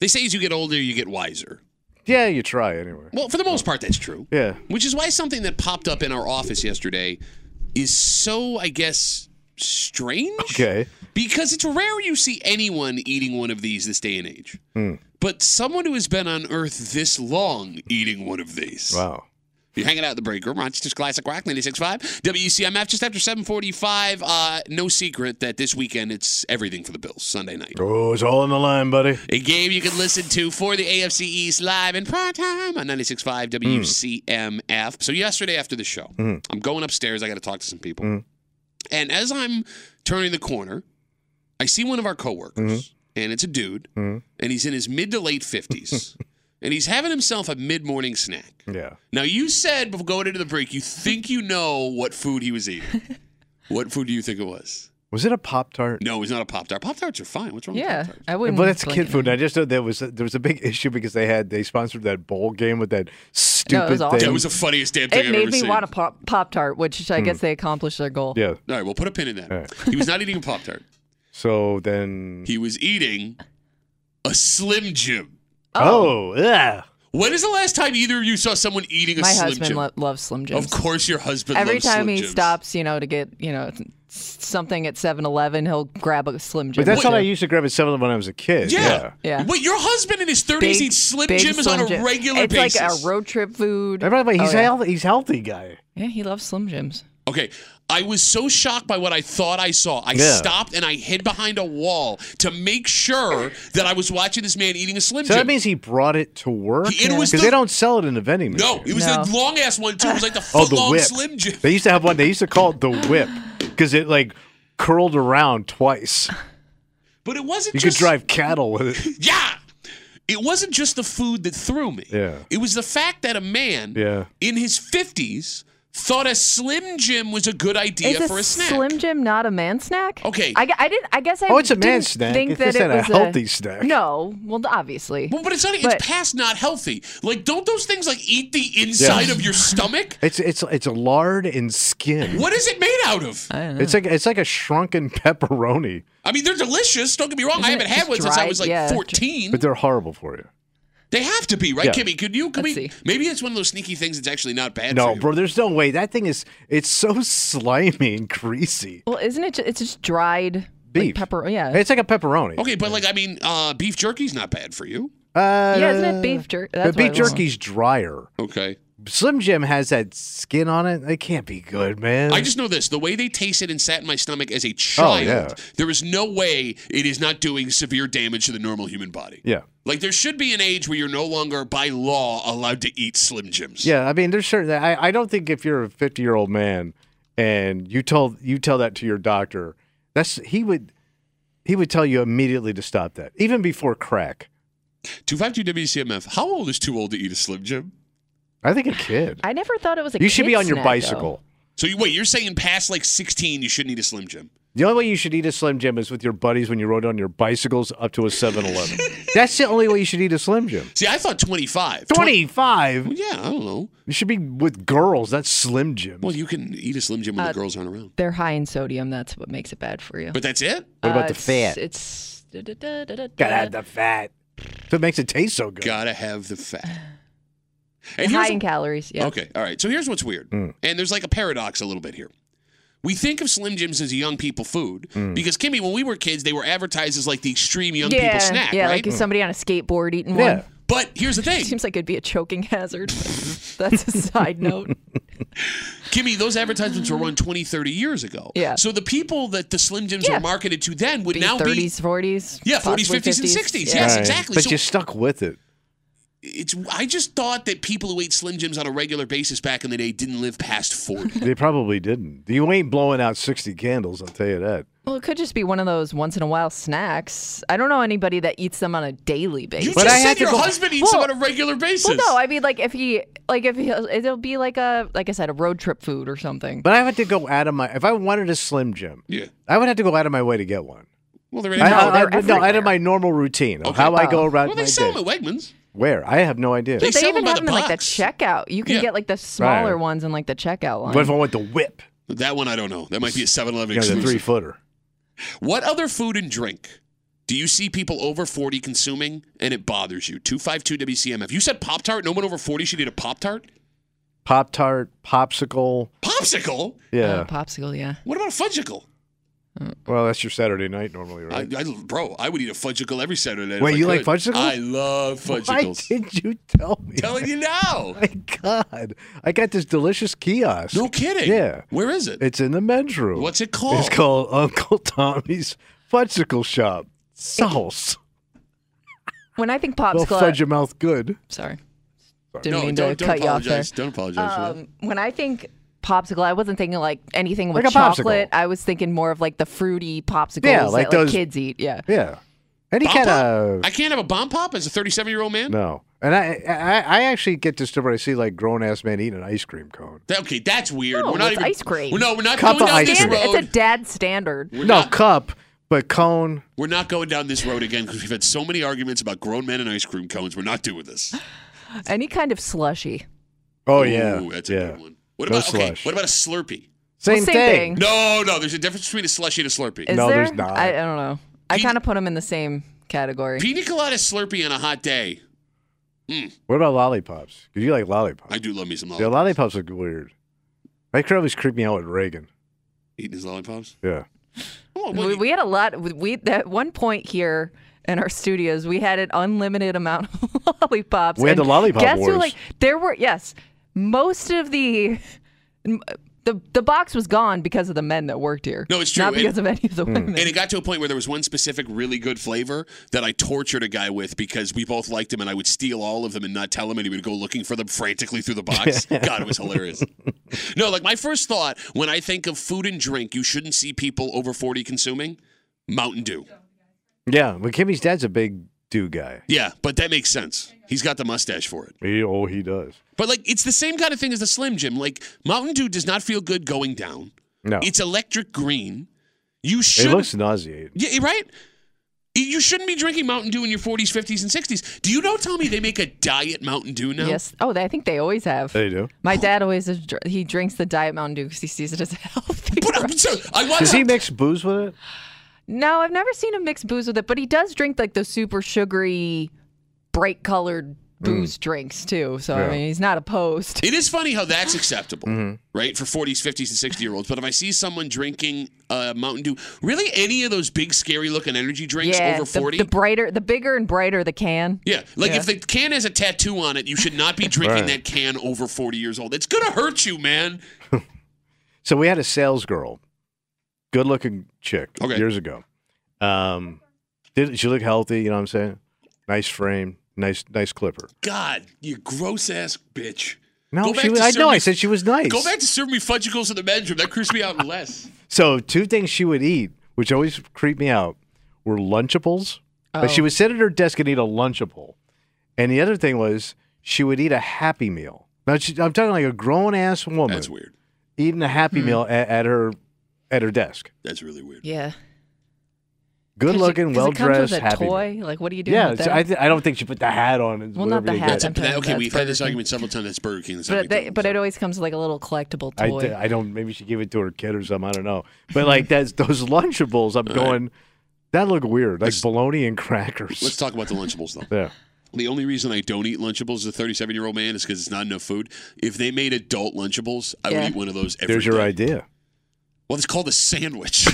[SPEAKER 3] They say as you get older, you get wiser.
[SPEAKER 4] Yeah, you try anyway.
[SPEAKER 3] Well, for the most part, that's true.
[SPEAKER 4] Yeah.
[SPEAKER 3] Which is why something that popped up in our office yesterday is so, I guess, strange
[SPEAKER 4] Okay.
[SPEAKER 3] because it's rare you see anyone eating one of these this day and age.
[SPEAKER 4] Hmm.
[SPEAKER 3] But someone who has been on Earth this long eating one of these.
[SPEAKER 4] Wow.
[SPEAKER 3] You're hanging out in the break room. Rochester's Classic Rock 96.5. WCMF just after 745. Uh, no secret that this weekend it's everything for the Bills, Sunday night.
[SPEAKER 4] Oh, it's all on the line, buddy.
[SPEAKER 3] A game you can listen to for the AFC East live in prime time on 96.5
[SPEAKER 4] Hmm.
[SPEAKER 3] WCMF. So yesterday after the show,
[SPEAKER 4] Mm.
[SPEAKER 3] I'm going upstairs. I got to talk to some people.
[SPEAKER 4] Mm.
[SPEAKER 3] And as I'm turning the corner, I see one of our coworkers, and it's a dude,
[SPEAKER 4] Mhm.
[SPEAKER 3] and he's in his mid to late
[SPEAKER 4] *laughs*
[SPEAKER 3] 50s, and he's having himself a mid morning snack.
[SPEAKER 4] Yeah.
[SPEAKER 3] Now, you said before going into the break, you think you know what food he was eating.
[SPEAKER 4] *laughs*
[SPEAKER 3] what food do you think it was?
[SPEAKER 4] Was it a Pop Tart?
[SPEAKER 3] No, it was not a Pop Tart. Pop Tarts are fine. What's wrong with
[SPEAKER 5] Yeah,
[SPEAKER 3] Pop Tarts?
[SPEAKER 5] I wouldn't.
[SPEAKER 4] But that's
[SPEAKER 5] blink
[SPEAKER 4] kid
[SPEAKER 5] an
[SPEAKER 4] food. and I just know there was a, there was a big issue because they had they sponsored that bowl game with that stupid
[SPEAKER 5] awful.
[SPEAKER 4] thing. Hmm.
[SPEAKER 3] That was the funniest damn thing
[SPEAKER 5] It
[SPEAKER 3] I've
[SPEAKER 5] made
[SPEAKER 3] ever
[SPEAKER 5] me
[SPEAKER 3] seen.
[SPEAKER 5] want a pop pop tart, which I guess they accomplished their goal.
[SPEAKER 4] yeah.
[SPEAKER 3] All right, we'll put a pin in that.
[SPEAKER 4] All right.
[SPEAKER 3] He was not eating a Pop Tart.
[SPEAKER 4] So then.
[SPEAKER 3] He was eating a Slim Jim.
[SPEAKER 4] Oh. yeah.
[SPEAKER 3] When is the last time either of you saw someone eating a
[SPEAKER 5] My
[SPEAKER 3] Slim
[SPEAKER 5] husband
[SPEAKER 3] Jim?
[SPEAKER 5] lo- loves Slim Jims.
[SPEAKER 3] Of course, your husband
[SPEAKER 5] Every
[SPEAKER 3] loves
[SPEAKER 5] time
[SPEAKER 3] Slim
[SPEAKER 5] he
[SPEAKER 3] Jims.
[SPEAKER 5] stops, you know, to get you know s- something at 7-Eleven, he'll grab a Slim Jim.
[SPEAKER 4] But that's
[SPEAKER 5] too.
[SPEAKER 4] what I used to grab at Seven when I was a kid.
[SPEAKER 3] Yeah.
[SPEAKER 5] Yeah.
[SPEAKER 3] Wait, your husband in his 30s
[SPEAKER 5] Big-
[SPEAKER 3] eats Slim
[SPEAKER 5] big
[SPEAKER 3] Jim is on
[SPEAKER 5] Slim
[SPEAKER 3] a
[SPEAKER 5] Jim.
[SPEAKER 3] regular
[SPEAKER 5] it's
[SPEAKER 3] basis.
[SPEAKER 5] like a road trip food.
[SPEAKER 4] And by the way, he's
[SPEAKER 5] Oh, yeah.
[SPEAKER 4] healthy. He's healthy guy.
[SPEAKER 5] yeah, he loves Slim Jims.
[SPEAKER 3] Okay, I was so shocked by what I thought I saw. I
[SPEAKER 4] Yeah.
[SPEAKER 3] stopped and I hid behind a wall to make sure that I was watching this man eating a Slim
[SPEAKER 4] So
[SPEAKER 3] Jim.
[SPEAKER 4] that means he brought it to work
[SPEAKER 3] He- it was
[SPEAKER 4] because
[SPEAKER 3] the-
[SPEAKER 4] they don't sell it in the vending machine.
[SPEAKER 3] no, it was the
[SPEAKER 5] No.
[SPEAKER 3] long ass one too. It was like the
[SPEAKER 4] Oh,
[SPEAKER 3] foot
[SPEAKER 4] the
[SPEAKER 3] long
[SPEAKER 4] whip.
[SPEAKER 3] Slim Jim.
[SPEAKER 4] They used to have one. They used to call it the whip because it like curled around twice.
[SPEAKER 3] But it wasn't
[SPEAKER 4] You
[SPEAKER 3] just
[SPEAKER 4] could drive cattle with it.
[SPEAKER 3] *laughs* Yeah. It wasn't just the food that threw me.
[SPEAKER 4] Yeah.
[SPEAKER 3] It was the fact that a man
[SPEAKER 4] Yeah.
[SPEAKER 3] in his 50s thought a Slim Jim was a good idea
[SPEAKER 5] Is
[SPEAKER 3] for a snack.
[SPEAKER 5] Slim Jim not a man snack?
[SPEAKER 3] Okay.
[SPEAKER 5] I, gu- I didn't. I guess I.
[SPEAKER 4] Oh, it's a man
[SPEAKER 5] didn't
[SPEAKER 4] snack.
[SPEAKER 5] Think
[SPEAKER 4] It's
[SPEAKER 5] that
[SPEAKER 4] just
[SPEAKER 5] it
[SPEAKER 4] not a
[SPEAKER 5] was
[SPEAKER 4] healthy snack.
[SPEAKER 5] No, well, obviously.
[SPEAKER 3] well, but it's not.
[SPEAKER 5] But-
[SPEAKER 3] it's past not healthy. Like, don't those things like eat the inside of your stomach?
[SPEAKER 4] It's it's it's lard and skin.
[SPEAKER 3] What is it made out of?
[SPEAKER 5] I don't know.
[SPEAKER 4] It's like it's like a shrunken pepperoni,
[SPEAKER 3] I mean, they're delicious. Don't get me wrong. I
[SPEAKER 5] Isn't it
[SPEAKER 3] haven't had
[SPEAKER 5] just
[SPEAKER 3] one since I
[SPEAKER 5] dried?
[SPEAKER 3] was like
[SPEAKER 5] Yeah.
[SPEAKER 3] 14.
[SPEAKER 4] but they're horrible for you.
[SPEAKER 3] they have to be, right,
[SPEAKER 4] Yeah.
[SPEAKER 3] Kimmy? Could you? Could
[SPEAKER 5] Let's
[SPEAKER 3] we,
[SPEAKER 5] see.
[SPEAKER 3] maybe it's one of those sneaky things that's actually not bad for
[SPEAKER 4] No,
[SPEAKER 3] you.
[SPEAKER 4] bro, there's no way. That thing is it's so slimy and greasy.
[SPEAKER 5] well, isn't it? ju- It's just dried
[SPEAKER 4] Beef.
[SPEAKER 5] Like pepper. oh, Yeah.
[SPEAKER 4] It's like a pepperoni.
[SPEAKER 3] Okay, but like, I mean, uh, beef jerky's not bad for you.
[SPEAKER 4] Uh,
[SPEAKER 5] yeah, isn't it beef jerky?
[SPEAKER 4] But beef jerky's drier.
[SPEAKER 3] Okay.
[SPEAKER 4] Slim Jim has that skin on it. It can't be good, man.
[SPEAKER 3] I just know this: the way they tasted and sat in my stomach as a child,
[SPEAKER 4] Oh, yeah.
[SPEAKER 3] there is no way it is not doing severe damage to the normal human body.
[SPEAKER 4] yeah.
[SPEAKER 3] Like there should be an age where you're no longer by law allowed to eat Slim Jims.
[SPEAKER 4] Yeah, I mean, there's certain. I, I don't think if you're a 50 year old man and you told you tell that to your doctor, that's he would he would tell you immediately to stop that, even before crack.
[SPEAKER 3] Two five two WCMF. How old is too old to eat a Slim Jim?
[SPEAKER 4] I think a kid.
[SPEAKER 5] I never thought it was a.
[SPEAKER 4] you should be
[SPEAKER 5] kid
[SPEAKER 4] on your
[SPEAKER 5] snack, though.
[SPEAKER 4] bicycle.
[SPEAKER 3] So you, wait, you're saying past like 16 you shouldn't eat a Slim Jim?
[SPEAKER 4] The only way you should eat a Slim Jim is with your buddies when you rode on your bicycles up to a
[SPEAKER 3] *laughs*
[SPEAKER 4] 7 Eleven. That's the only way you should eat a Slim Jim.
[SPEAKER 3] See, I thought 25.
[SPEAKER 4] 25?
[SPEAKER 3] Well, yeah, I don't know.
[SPEAKER 4] You should be with girls. That's Slim Jim.
[SPEAKER 3] Well, you can eat a Slim Jim when
[SPEAKER 5] Uh,
[SPEAKER 3] the girls aren't around.
[SPEAKER 5] They're high in sodium. That's what makes it bad for you.
[SPEAKER 3] But that's it.
[SPEAKER 4] What about
[SPEAKER 5] Uh,
[SPEAKER 4] the
[SPEAKER 5] it's-
[SPEAKER 4] fat?
[SPEAKER 5] It's. da-da-da-da-da-da.
[SPEAKER 4] Gotta have the fat. So it makes it taste so good.
[SPEAKER 3] Gotta have the
[SPEAKER 5] *sighs*
[SPEAKER 3] fat.
[SPEAKER 5] And
[SPEAKER 3] here's
[SPEAKER 5] high
[SPEAKER 3] a-
[SPEAKER 5] in calories. Yeah.
[SPEAKER 3] Okay. All right. So here's what's weird.
[SPEAKER 4] Mm.
[SPEAKER 3] And there's like a paradox a little bit here. We think of Slim Jims as a young people food
[SPEAKER 4] Hmm.
[SPEAKER 3] because, Kimmy, when we were kids, they were advertised as like the extreme young
[SPEAKER 5] yeah,
[SPEAKER 3] people snack,
[SPEAKER 5] yeah,
[SPEAKER 3] right?
[SPEAKER 5] like somebody on a skateboard eating
[SPEAKER 4] Yeah.
[SPEAKER 5] one.
[SPEAKER 3] but here's the thing,
[SPEAKER 5] *laughs* Seems like it'd be a choking hazard. *laughs* but That's a side note.
[SPEAKER 4] *laughs*
[SPEAKER 3] Hmm. Kimmy, those advertisements were run 20, 30 years ago.
[SPEAKER 5] Yeah.
[SPEAKER 3] So the people that the Slim Jims
[SPEAKER 5] Yeah.
[SPEAKER 3] were marketed to then would
[SPEAKER 5] Be
[SPEAKER 3] now
[SPEAKER 5] 30s,
[SPEAKER 3] be.
[SPEAKER 5] 40s.
[SPEAKER 3] Yeah, 40s,
[SPEAKER 5] possibly
[SPEAKER 3] 50s, and 60s.
[SPEAKER 5] Yeah.
[SPEAKER 3] Yes,
[SPEAKER 4] Right.
[SPEAKER 3] exactly.
[SPEAKER 4] But
[SPEAKER 3] So-
[SPEAKER 4] you stuck with it.
[SPEAKER 3] It's. I just thought that people who ate Slim Jims on a regular basis back in the day didn't live past 40.
[SPEAKER 4] They probably didn't. You ain't blowing out 60 candles, I'll tell you that.
[SPEAKER 5] Well, it could just be one of those once in a while snacks. I don't know anybody that eats them on a daily
[SPEAKER 3] You
[SPEAKER 5] basis.
[SPEAKER 4] But
[SPEAKER 3] just
[SPEAKER 4] I had
[SPEAKER 3] said
[SPEAKER 4] to
[SPEAKER 3] your
[SPEAKER 4] go-
[SPEAKER 3] husband eats
[SPEAKER 5] Well-
[SPEAKER 3] them on a regular basis.
[SPEAKER 5] well, no, I mean, like if he, like if he, it'll be like a, like I said, a road trip food or something.
[SPEAKER 4] But I had to go out of my. If I wanted a Slim Jim,
[SPEAKER 3] yeah.
[SPEAKER 4] I would have to go out of my way to get one.
[SPEAKER 3] Well, they're in
[SPEAKER 4] I,
[SPEAKER 5] No,
[SPEAKER 4] I- I-
[SPEAKER 5] they're
[SPEAKER 4] no, out
[SPEAKER 5] everywhere.
[SPEAKER 4] of my normal routine. of
[SPEAKER 3] Okay.
[SPEAKER 4] How I go
[SPEAKER 5] Oh.
[SPEAKER 4] around
[SPEAKER 3] Well,
[SPEAKER 4] my
[SPEAKER 3] they
[SPEAKER 4] day.
[SPEAKER 3] sell them at Wegmans.
[SPEAKER 4] Where? I have no idea.
[SPEAKER 3] They
[SPEAKER 5] they
[SPEAKER 3] sell them
[SPEAKER 5] even
[SPEAKER 3] by
[SPEAKER 5] have
[SPEAKER 3] the
[SPEAKER 5] them in like the
[SPEAKER 3] box.
[SPEAKER 5] checkout. You can
[SPEAKER 3] Yeah.
[SPEAKER 5] get like the smaller
[SPEAKER 4] Right.
[SPEAKER 5] ones in like the checkout line.
[SPEAKER 4] What if I want the whip?
[SPEAKER 3] That one I don't know. That might be a 7-Eleven
[SPEAKER 4] You know, the
[SPEAKER 3] exclusive.
[SPEAKER 4] three footer.
[SPEAKER 3] What other food and drink do you see people over 40 consuming and it bothers you? 252 WCMF. You said Pop Tart? No one over 40 should eat a Pop Tart?
[SPEAKER 4] Pop Tart, Popsicle.
[SPEAKER 3] Popsicle?
[SPEAKER 5] Oh,
[SPEAKER 4] Yeah.
[SPEAKER 5] popsicle, yeah.
[SPEAKER 3] What about a fudgicle?
[SPEAKER 4] Well, that's your Saturday night normally,
[SPEAKER 3] I,
[SPEAKER 4] right?
[SPEAKER 3] I, bro, I would eat a fudgicle every Saturday. if
[SPEAKER 4] Wait,
[SPEAKER 3] I
[SPEAKER 4] you like
[SPEAKER 3] could.
[SPEAKER 4] fudgesicles?
[SPEAKER 3] I love
[SPEAKER 4] Why
[SPEAKER 3] fudgicles.
[SPEAKER 4] did you tell me?
[SPEAKER 3] Telling you now.
[SPEAKER 4] *laughs* My God, I got this delicious kiosk.
[SPEAKER 3] No kidding.
[SPEAKER 4] Yeah.
[SPEAKER 3] Where is it?
[SPEAKER 4] It's in the men's room.
[SPEAKER 3] What's it called?
[SPEAKER 4] It's called Uncle Tommy's Fudgicle Shop. Sauce.
[SPEAKER 5] When I think
[SPEAKER 4] They'll
[SPEAKER 5] popsicle,
[SPEAKER 4] fudge your mouth good.
[SPEAKER 5] Sorry. Didn't
[SPEAKER 3] No,
[SPEAKER 5] mean
[SPEAKER 3] don't,
[SPEAKER 5] to
[SPEAKER 3] don't
[SPEAKER 5] cut you off there.
[SPEAKER 3] apologize. Don't apologize. for that.
[SPEAKER 5] Um, when I think popsicle, I wasn't thinking like anything with
[SPEAKER 4] Like a popsicle.
[SPEAKER 5] chocolate. I was thinking more of like the fruity popsicles
[SPEAKER 4] Yeah,
[SPEAKER 5] that
[SPEAKER 4] like
[SPEAKER 5] like
[SPEAKER 4] those-
[SPEAKER 5] kids eat. Yeah.
[SPEAKER 4] Yeah. Any
[SPEAKER 3] Bomb
[SPEAKER 4] kind
[SPEAKER 3] pop?
[SPEAKER 4] of
[SPEAKER 3] I can't have a bomb pop as a 37 year old man.
[SPEAKER 4] no. And I, I I actually get this to where I see like grown ass man eating an ice cream cone.
[SPEAKER 3] That- okay, that's weird.
[SPEAKER 5] No,
[SPEAKER 3] we're not
[SPEAKER 5] it's
[SPEAKER 3] even,
[SPEAKER 5] ice cream.
[SPEAKER 3] Well, no, we're not
[SPEAKER 4] Cup
[SPEAKER 3] going
[SPEAKER 4] of
[SPEAKER 3] down
[SPEAKER 4] ice
[SPEAKER 3] this
[SPEAKER 4] cream.
[SPEAKER 5] Standard-
[SPEAKER 3] road.
[SPEAKER 5] it's a dad standard.
[SPEAKER 3] we're
[SPEAKER 4] no
[SPEAKER 3] not,
[SPEAKER 4] cup, but cone.
[SPEAKER 3] we're not going down this road again because we've had so many arguments about grown men and ice cream cones. We're not doing this.
[SPEAKER 5] Any kind of slushy.
[SPEAKER 4] Oh yeah,
[SPEAKER 3] Ooh, that's
[SPEAKER 4] yeah.
[SPEAKER 3] a good one. What
[SPEAKER 4] No
[SPEAKER 3] about okay?
[SPEAKER 4] slush.
[SPEAKER 3] What about a Slurpee?
[SPEAKER 4] Same,
[SPEAKER 5] Well, same
[SPEAKER 4] thing.
[SPEAKER 5] thing.
[SPEAKER 3] No, no. There's a difference between a slushy and a Slurpee.
[SPEAKER 5] Is
[SPEAKER 4] No,
[SPEAKER 5] there?
[SPEAKER 4] there's not.
[SPEAKER 5] I, I don't know. I
[SPEAKER 3] Pe-
[SPEAKER 5] kind of put them in the same category.
[SPEAKER 3] Pina colada Slurpee on a hot day.
[SPEAKER 4] What about lollipops? Because you like lollipops.
[SPEAKER 3] I do love me some
[SPEAKER 4] Yeah,
[SPEAKER 3] lollipops.
[SPEAKER 4] lollipops are weird. They could always creep me out with Reagan.
[SPEAKER 3] Eating his lollipops.
[SPEAKER 4] Yeah.
[SPEAKER 3] Oh, well,
[SPEAKER 5] we, we had a lot. We, we at one point here in our studios, we had an unlimited amount of *laughs* lollipops.
[SPEAKER 4] We had
[SPEAKER 5] and
[SPEAKER 4] the lollipop
[SPEAKER 5] Guess
[SPEAKER 4] wars.
[SPEAKER 5] who? Like there were yes, most of the. The, the box was gone because of the men that worked here.
[SPEAKER 3] No, it's true.
[SPEAKER 5] Not
[SPEAKER 3] And-
[SPEAKER 5] because of any
[SPEAKER 4] Hmm.
[SPEAKER 5] of the women.
[SPEAKER 3] And it got to a point where there was one specific really good flavor that I tortured a guy with because we both liked him and I would steal all of them and not tell him and he would go looking for them frantically through the
[SPEAKER 4] *laughs*
[SPEAKER 3] box. God, it was hilarious. No, like my first thought when I think of food and drink, you shouldn't see people over 40 consuming Mountain Dew.
[SPEAKER 4] Yeah, but Kimmy's dad's a big do guy.
[SPEAKER 3] Yeah, but that makes sense. He's got the mustache for it.
[SPEAKER 4] He, oh, he does.
[SPEAKER 3] But like it's the same kind of thing as the Slim Jim. Like Mountain Dew does not feel good going down.
[SPEAKER 4] No,
[SPEAKER 3] It's electric green. You
[SPEAKER 4] it
[SPEAKER 3] should
[SPEAKER 4] looks nauseating.
[SPEAKER 3] Yeah, right? You shouldn't be drinking Mountain Dew in your 40s, 50s, and 60s. Do you know, Tommy, they make a diet Mountain Dew now?
[SPEAKER 5] Yes. Oh, they, I think they always have.
[SPEAKER 4] They do.
[SPEAKER 5] My dad always is, dr- he drinks the diet Mountain Dew because he sees it as healthy.
[SPEAKER 3] But I'm sorry, I watched
[SPEAKER 4] Does he mix booze with it?
[SPEAKER 5] No, I've never seen him mix booze with it, but he does drink like those super sugary, bright colored
[SPEAKER 4] Mm.
[SPEAKER 5] booze drinks too. So I mean, he's not opposed.
[SPEAKER 3] It is funny how that's acceptable,
[SPEAKER 4] Mm-hmm.
[SPEAKER 3] right? For 40s, 50s, and 60 year olds. But if I see someone drinking uh, Mountain Dew, really any of those big, scary looking energy drinks
[SPEAKER 5] yeah,
[SPEAKER 3] over
[SPEAKER 5] the-
[SPEAKER 3] 40.
[SPEAKER 5] The, brighter, the bigger and brighter the can.
[SPEAKER 3] yeah, like
[SPEAKER 5] Yeah.
[SPEAKER 3] if the can has a tattoo on it, you should not be drinking that
[SPEAKER 4] Right.
[SPEAKER 3] can over 40 years old. It's going to hurt you, man.
[SPEAKER 4] So we had a sales girl, good looking chick
[SPEAKER 3] Okay.
[SPEAKER 4] years ago. Um, did she look healthy? You know what I'm saying? Nice frame, nice nice clipper.
[SPEAKER 3] God, you gross ass bitch.
[SPEAKER 4] No,
[SPEAKER 3] Go
[SPEAKER 4] she
[SPEAKER 3] back
[SPEAKER 4] was,
[SPEAKER 3] to
[SPEAKER 4] I know. I
[SPEAKER 3] serving-
[SPEAKER 4] said she was nice.
[SPEAKER 3] Go back to serving me fudgicles in the bedroom. That creeps me out
[SPEAKER 4] *laughs*
[SPEAKER 3] less.
[SPEAKER 4] So two things she would eat, which always creeped me out, were Lunchables. Like she
[SPEAKER 5] Oh.
[SPEAKER 4] would sit at her desk and eat a Lunchable, and the other thing was she would eat a Happy Meal. Now she, I'm talking like a grown ass woman
[SPEAKER 3] That's weird. Hmm.
[SPEAKER 4] eating a Happy Meal at, at her at her desk.
[SPEAKER 3] That's really weird.
[SPEAKER 5] Yeah.
[SPEAKER 4] Good looking, well
[SPEAKER 5] it comes
[SPEAKER 4] dressed,
[SPEAKER 5] with a
[SPEAKER 4] Happy. Meal.
[SPEAKER 5] toy. Like, what are you doing?
[SPEAKER 4] Yeah,
[SPEAKER 5] with
[SPEAKER 4] so
[SPEAKER 5] that?
[SPEAKER 4] I, th- I don't think she put the hat on. and
[SPEAKER 5] Well, not
[SPEAKER 4] whatever
[SPEAKER 5] the
[SPEAKER 4] they
[SPEAKER 5] hat,
[SPEAKER 4] did.
[SPEAKER 5] I'm
[SPEAKER 3] That- okay,
[SPEAKER 5] That's
[SPEAKER 3] we've had
[SPEAKER 5] Burger
[SPEAKER 3] this
[SPEAKER 5] King.
[SPEAKER 3] argument several times. That's Burger King. That's not
[SPEAKER 5] but, they,
[SPEAKER 3] McDonald's.
[SPEAKER 5] but it always comes with like a little collectible
[SPEAKER 4] I,
[SPEAKER 5] toy.
[SPEAKER 4] d- I don't. Maybe she gave it to her kid or something. I don't know. But like that's those Lunchables. I'm going. That look weird, like bologna and crackers.
[SPEAKER 3] Let's talk about the Lunchables, though.
[SPEAKER 4] *laughs* yeah.
[SPEAKER 3] The only reason I don't eat Lunchables as a 37 year old man is because it's not enough food. If they made adult Lunchables, I
[SPEAKER 5] Yeah.
[SPEAKER 3] would eat one of those every
[SPEAKER 4] There's your
[SPEAKER 3] day.
[SPEAKER 4] idea.
[SPEAKER 3] Well, it's called a
[SPEAKER 4] *laughs*
[SPEAKER 3] sandwich.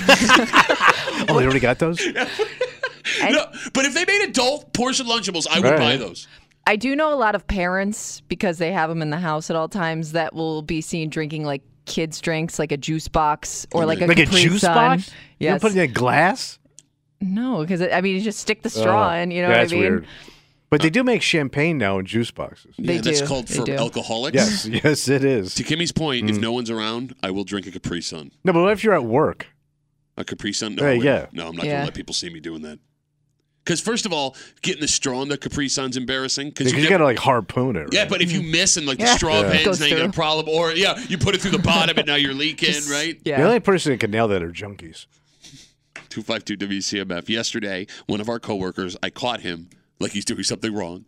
[SPEAKER 4] Oh, they already got those.
[SPEAKER 3] no, but if they made adult portion Lunchables, I would
[SPEAKER 4] Right.
[SPEAKER 3] buy those.
[SPEAKER 5] I do know a lot of parents because they have them in the house at all times that will be seen drinking like kids drinks, like a juice box
[SPEAKER 3] Mm.
[SPEAKER 5] or like a
[SPEAKER 4] like a
[SPEAKER 5] Capri
[SPEAKER 4] juice
[SPEAKER 5] Sun.
[SPEAKER 4] box? You
[SPEAKER 5] Yes.
[SPEAKER 4] put it in a glass?
[SPEAKER 5] no, because I mean, you just stick the straw in. You know
[SPEAKER 4] Oh, That's
[SPEAKER 5] what I mean?
[SPEAKER 4] weird. But they do make champagne now in juice boxes.
[SPEAKER 5] They
[SPEAKER 3] Uh, yeah, that's
[SPEAKER 5] do.
[SPEAKER 3] called
[SPEAKER 5] They
[SPEAKER 3] for
[SPEAKER 5] do.
[SPEAKER 3] alcoholics.
[SPEAKER 4] Yes, *laughs* yes, it is.
[SPEAKER 3] To Kimmy's point,
[SPEAKER 4] Hmm.
[SPEAKER 3] if no one's around, I will drink a Capri Sun.
[SPEAKER 4] No, but what if you're at work?
[SPEAKER 3] A Capri Sun? No,
[SPEAKER 4] Hey,
[SPEAKER 3] wait.
[SPEAKER 4] yeah.
[SPEAKER 3] no I'm not going
[SPEAKER 5] Yeah.
[SPEAKER 3] to let people see me doing that. Because, first of all, getting the straw in the Capri Sun's embarrassing. Because
[SPEAKER 4] Because you,
[SPEAKER 3] you, get.
[SPEAKER 4] gotta like harpoon it.
[SPEAKER 3] Yeah,
[SPEAKER 4] right?
[SPEAKER 3] but if you miss and like the
[SPEAKER 5] Mm-hmm. Yeah.
[SPEAKER 3] straw
[SPEAKER 5] Yeah.
[SPEAKER 3] bends,
[SPEAKER 5] Goes
[SPEAKER 3] now you got a
[SPEAKER 5] through.
[SPEAKER 3] problem. Or yeah, you put it through the bottom and now you're leaking, right?
[SPEAKER 4] the
[SPEAKER 5] Yeah.
[SPEAKER 4] only person that can nail that are junkies.
[SPEAKER 3] Two five two WCMF. Yesterday, one of our coworkers, I caught him like he's doing something wrong,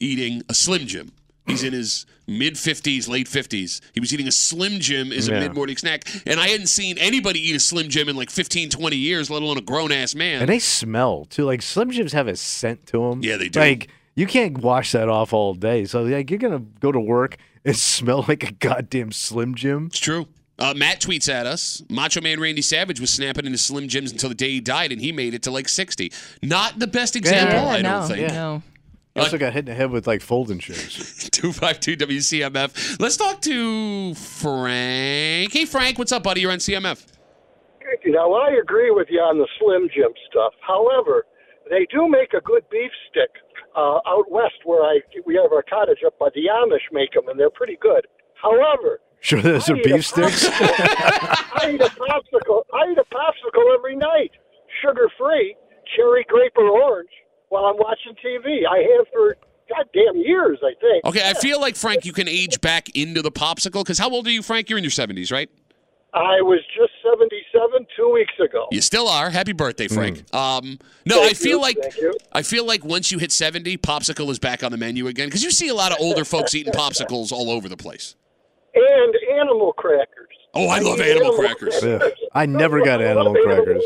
[SPEAKER 3] eating a Slim Jim. He's in his mid fifties, late fifties. He was eating a Slim Jim as
[SPEAKER 4] Yeah.
[SPEAKER 3] a mid morning snack, and I hadn't seen anybody eat a Slim Jim in like 15, 20 years, let alone a grown ass man.
[SPEAKER 4] And they smell too. Like Slim Jims have a scent to them.
[SPEAKER 3] Yeah, they do.
[SPEAKER 4] Like you can't wash that off *laughs* all day. So like you're gonna go to work and smell like a goddamn Slim Jim.
[SPEAKER 3] it's true. Uh, Matt tweets at us Macho Man Randy Savage was snapping into Slim Jims until the day he died, and he made it to like 60. Not *laughs* the best example, I don't think.
[SPEAKER 4] I also got hit in the head with like folding chairs.
[SPEAKER 3] 252 WCMF. Let's talk to Frank. Hey, Frank, what's up, buddy? You're on CMF.
[SPEAKER 10] Now, I agree with you on the Slim Jim stuff. However, they do make a good beef stick uh, out west where I we have our cottage up by the Amish make them, and they're pretty good. However,
[SPEAKER 4] *laughs* Sure, those are beef sticks.
[SPEAKER 10] I eat a popsicle. I eat a popsicle every night, sugar free, cherry, grape, or orange, while I'm watching TV. I have for goddamn years, I think.
[SPEAKER 3] Okay, I feel like, Frank, you can age back into the popsicle because how old are you, Frank? You're in your 70s, right?
[SPEAKER 10] I was just 77 two weeks ago.
[SPEAKER 3] You still are. Happy birthday, Frank. Um, no,
[SPEAKER 10] Thank
[SPEAKER 3] I feel
[SPEAKER 10] you,
[SPEAKER 3] like
[SPEAKER 10] thank you.
[SPEAKER 3] I feel like once you hit 70, popsicle is back on the menu again because you see a lot of older folks eating popsicles all over the place.
[SPEAKER 10] And animal crackers.
[SPEAKER 3] Oh, I love *laughs* animal crackers.
[SPEAKER 4] Yeah. I never got animal crackers.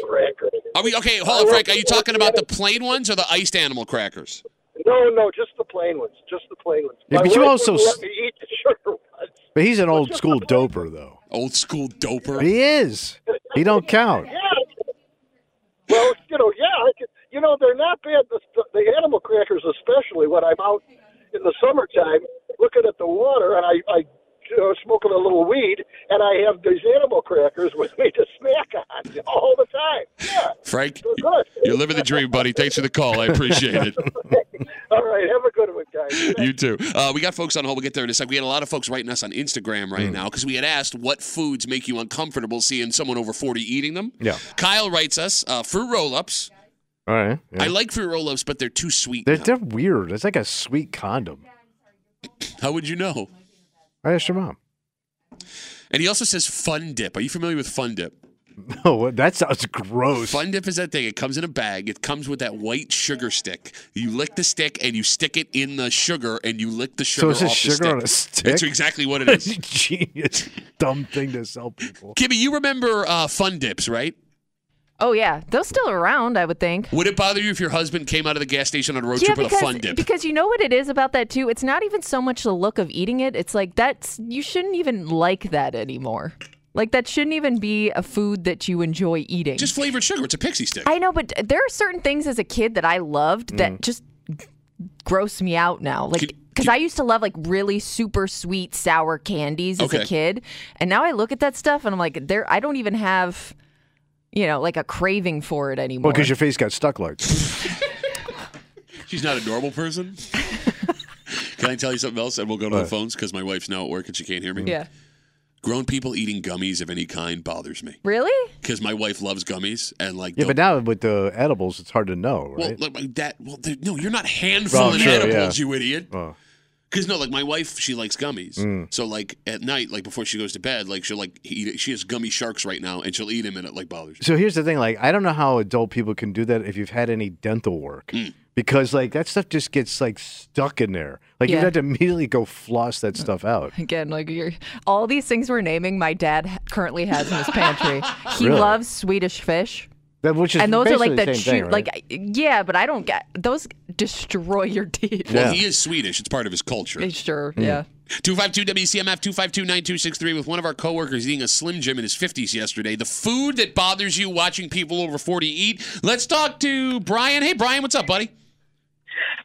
[SPEAKER 3] Are we okay? Hold on, Frank. Are you talking about the plain ones or the iced animal crackers?
[SPEAKER 10] No, no, just the plain ones. Just the plain ones.
[SPEAKER 4] Yeah,
[SPEAKER 10] My
[SPEAKER 4] but you
[SPEAKER 10] wife
[SPEAKER 4] also
[SPEAKER 10] wouldn't
[SPEAKER 4] s-
[SPEAKER 10] let me eat the sugar ones.
[SPEAKER 4] But he's an old school doper, though.
[SPEAKER 3] Old school doper.
[SPEAKER 4] He is. He don't count.
[SPEAKER 10] Yeah. Well, you know, yeah, I could, you know, they're not bad. The, the animal crackers, especially when I'm out in the summertime looking at the water and I, I you know, smoking a little weed, and I have these animal crackers *laughs* with me to snack on all the time. Yeah,
[SPEAKER 3] Frank,
[SPEAKER 10] they're good.
[SPEAKER 3] you're living the dream, buddy. Thanks for the call. I appreciate it.
[SPEAKER 10] All right, have a good one, guys.
[SPEAKER 3] you too. Uh, we got folks on hold. We'll get there in a sec. We had a lot of folks writing us on Instagram right now because we had asked what foods make you uncomfortable seeing someone over 40 eating them.
[SPEAKER 4] Yeah.
[SPEAKER 3] Kyle writes us uh, fruit roll ups.
[SPEAKER 4] All right. yeah.
[SPEAKER 3] I like fruit roll ups, but they're too sweet.
[SPEAKER 4] They're,
[SPEAKER 3] now.
[SPEAKER 4] they're weird. It's like a sweet condom.
[SPEAKER 3] How would you know?
[SPEAKER 4] I asked your mom.
[SPEAKER 3] And he also says fun dip. Are you familiar with fun
[SPEAKER 4] *laughs*
[SPEAKER 3] dip?
[SPEAKER 4] No, Oh, that sounds gross.
[SPEAKER 3] Fun dip is that thing. It comes in a bag. It comes with that white sugar stick. You lick the stick and you stick it in the sugar and you lick the sugar
[SPEAKER 4] So it's just
[SPEAKER 3] off the
[SPEAKER 4] sugar
[SPEAKER 3] stick.
[SPEAKER 4] on a stick?
[SPEAKER 3] That's exactly what it
[SPEAKER 4] *laughs*
[SPEAKER 3] is.
[SPEAKER 4] Genius, dumb thing to sell people.
[SPEAKER 3] Kimmy, you remember uh, fun dips, right?
[SPEAKER 5] Oh yeah, those still around, I would think.
[SPEAKER 3] Would it bother you if your husband came out of the gas station on a road
[SPEAKER 5] yeah,
[SPEAKER 3] trip with a
[SPEAKER 5] because,
[SPEAKER 3] fun dip?
[SPEAKER 5] because you know what it is about that too. It's not even so much the look of eating it. It's like that's you shouldn't even like that anymore. Like that shouldn't even be a food that you enjoy eating.
[SPEAKER 3] Just flavored sugar. It's a pixie stick.
[SPEAKER 5] I know, but there are certain things as a kid that I loved that
[SPEAKER 3] Mm.
[SPEAKER 5] just gross me out now. Like, because I used to love like really super sweet sour candies as
[SPEAKER 3] Okay.
[SPEAKER 5] a kid, and now I look at that stuff and I'm like, there, I don't even have, you know, like a craving for it anymore.
[SPEAKER 4] Well, because your face got stuck like.
[SPEAKER 3] She's not a normal
[SPEAKER 4] *laughs*
[SPEAKER 3] person. Can I tell you something else? And we'll go to the
[SPEAKER 4] What?
[SPEAKER 3] phones because my wife's now at work and she can't hear me.
[SPEAKER 5] yeah,
[SPEAKER 3] Grown people eating gummies of any kind bothers me
[SPEAKER 5] really?
[SPEAKER 3] because my wife loves gummies and like.
[SPEAKER 4] Yeah,
[SPEAKER 3] the-
[SPEAKER 4] but now with the edibles, it's hard to know,
[SPEAKER 3] well,
[SPEAKER 4] right?
[SPEAKER 3] look, like that. Well, there- no, you're not handful
[SPEAKER 4] Oh,
[SPEAKER 3] of
[SPEAKER 4] sure,
[SPEAKER 3] edibles,
[SPEAKER 4] yeah.
[SPEAKER 3] you idiot.
[SPEAKER 4] Oh.
[SPEAKER 3] Because no, like my wife, she likes gummies.
[SPEAKER 4] Mm.
[SPEAKER 3] So like at night, like before she goes to bed, like she'll like eat it. She has gummy sharks right now, and she'll eat them, and it like bothers.
[SPEAKER 4] So here's the thing: like, I don't know how adult people can do that if you've had any dental work,
[SPEAKER 3] Hmm.
[SPEAKER 4] because like that stuff just gets like stuck in there. Like you
[SPEAKER 5] Yeah.
[SPEAKER 4] have to immediately go floss that stuff out.
[SPEAKER 5] *laughs* Again, like you're, all these things we're naming, my dad ha- currently has in his
[SPEAKER 3] *laughs*
[SPEAKER 5] pantry. He
[SPEAKER 4] Really?
[SPEAKER 5] loves Swedish fish.
[SPEAKER 4] That which is
[SPEAKER 5] and those are like the,
[SPEAKER 4] basically same thing,
[SPEAKER 5] chew-
[SPEAKER 4] right?
[SPEAKER 5] like I- yeah, but I don't get those destroy your *laughs* teeth.
[SPEAKER 3] Well, he is Swedish. It's part of his culture.
[SPEAKER 5] Sure,
[SPEAKER 4] Mm.
[SPEAKER 5] yeah.
[SPEAKER 3] 252 WCMF 252 9263 with one of our coworkers eating a Slim Jim in his 50s yesterday. The food that bothers you watching people over 40 eat. Let's talk to Brian. Hey, Brian, what's up, buddy?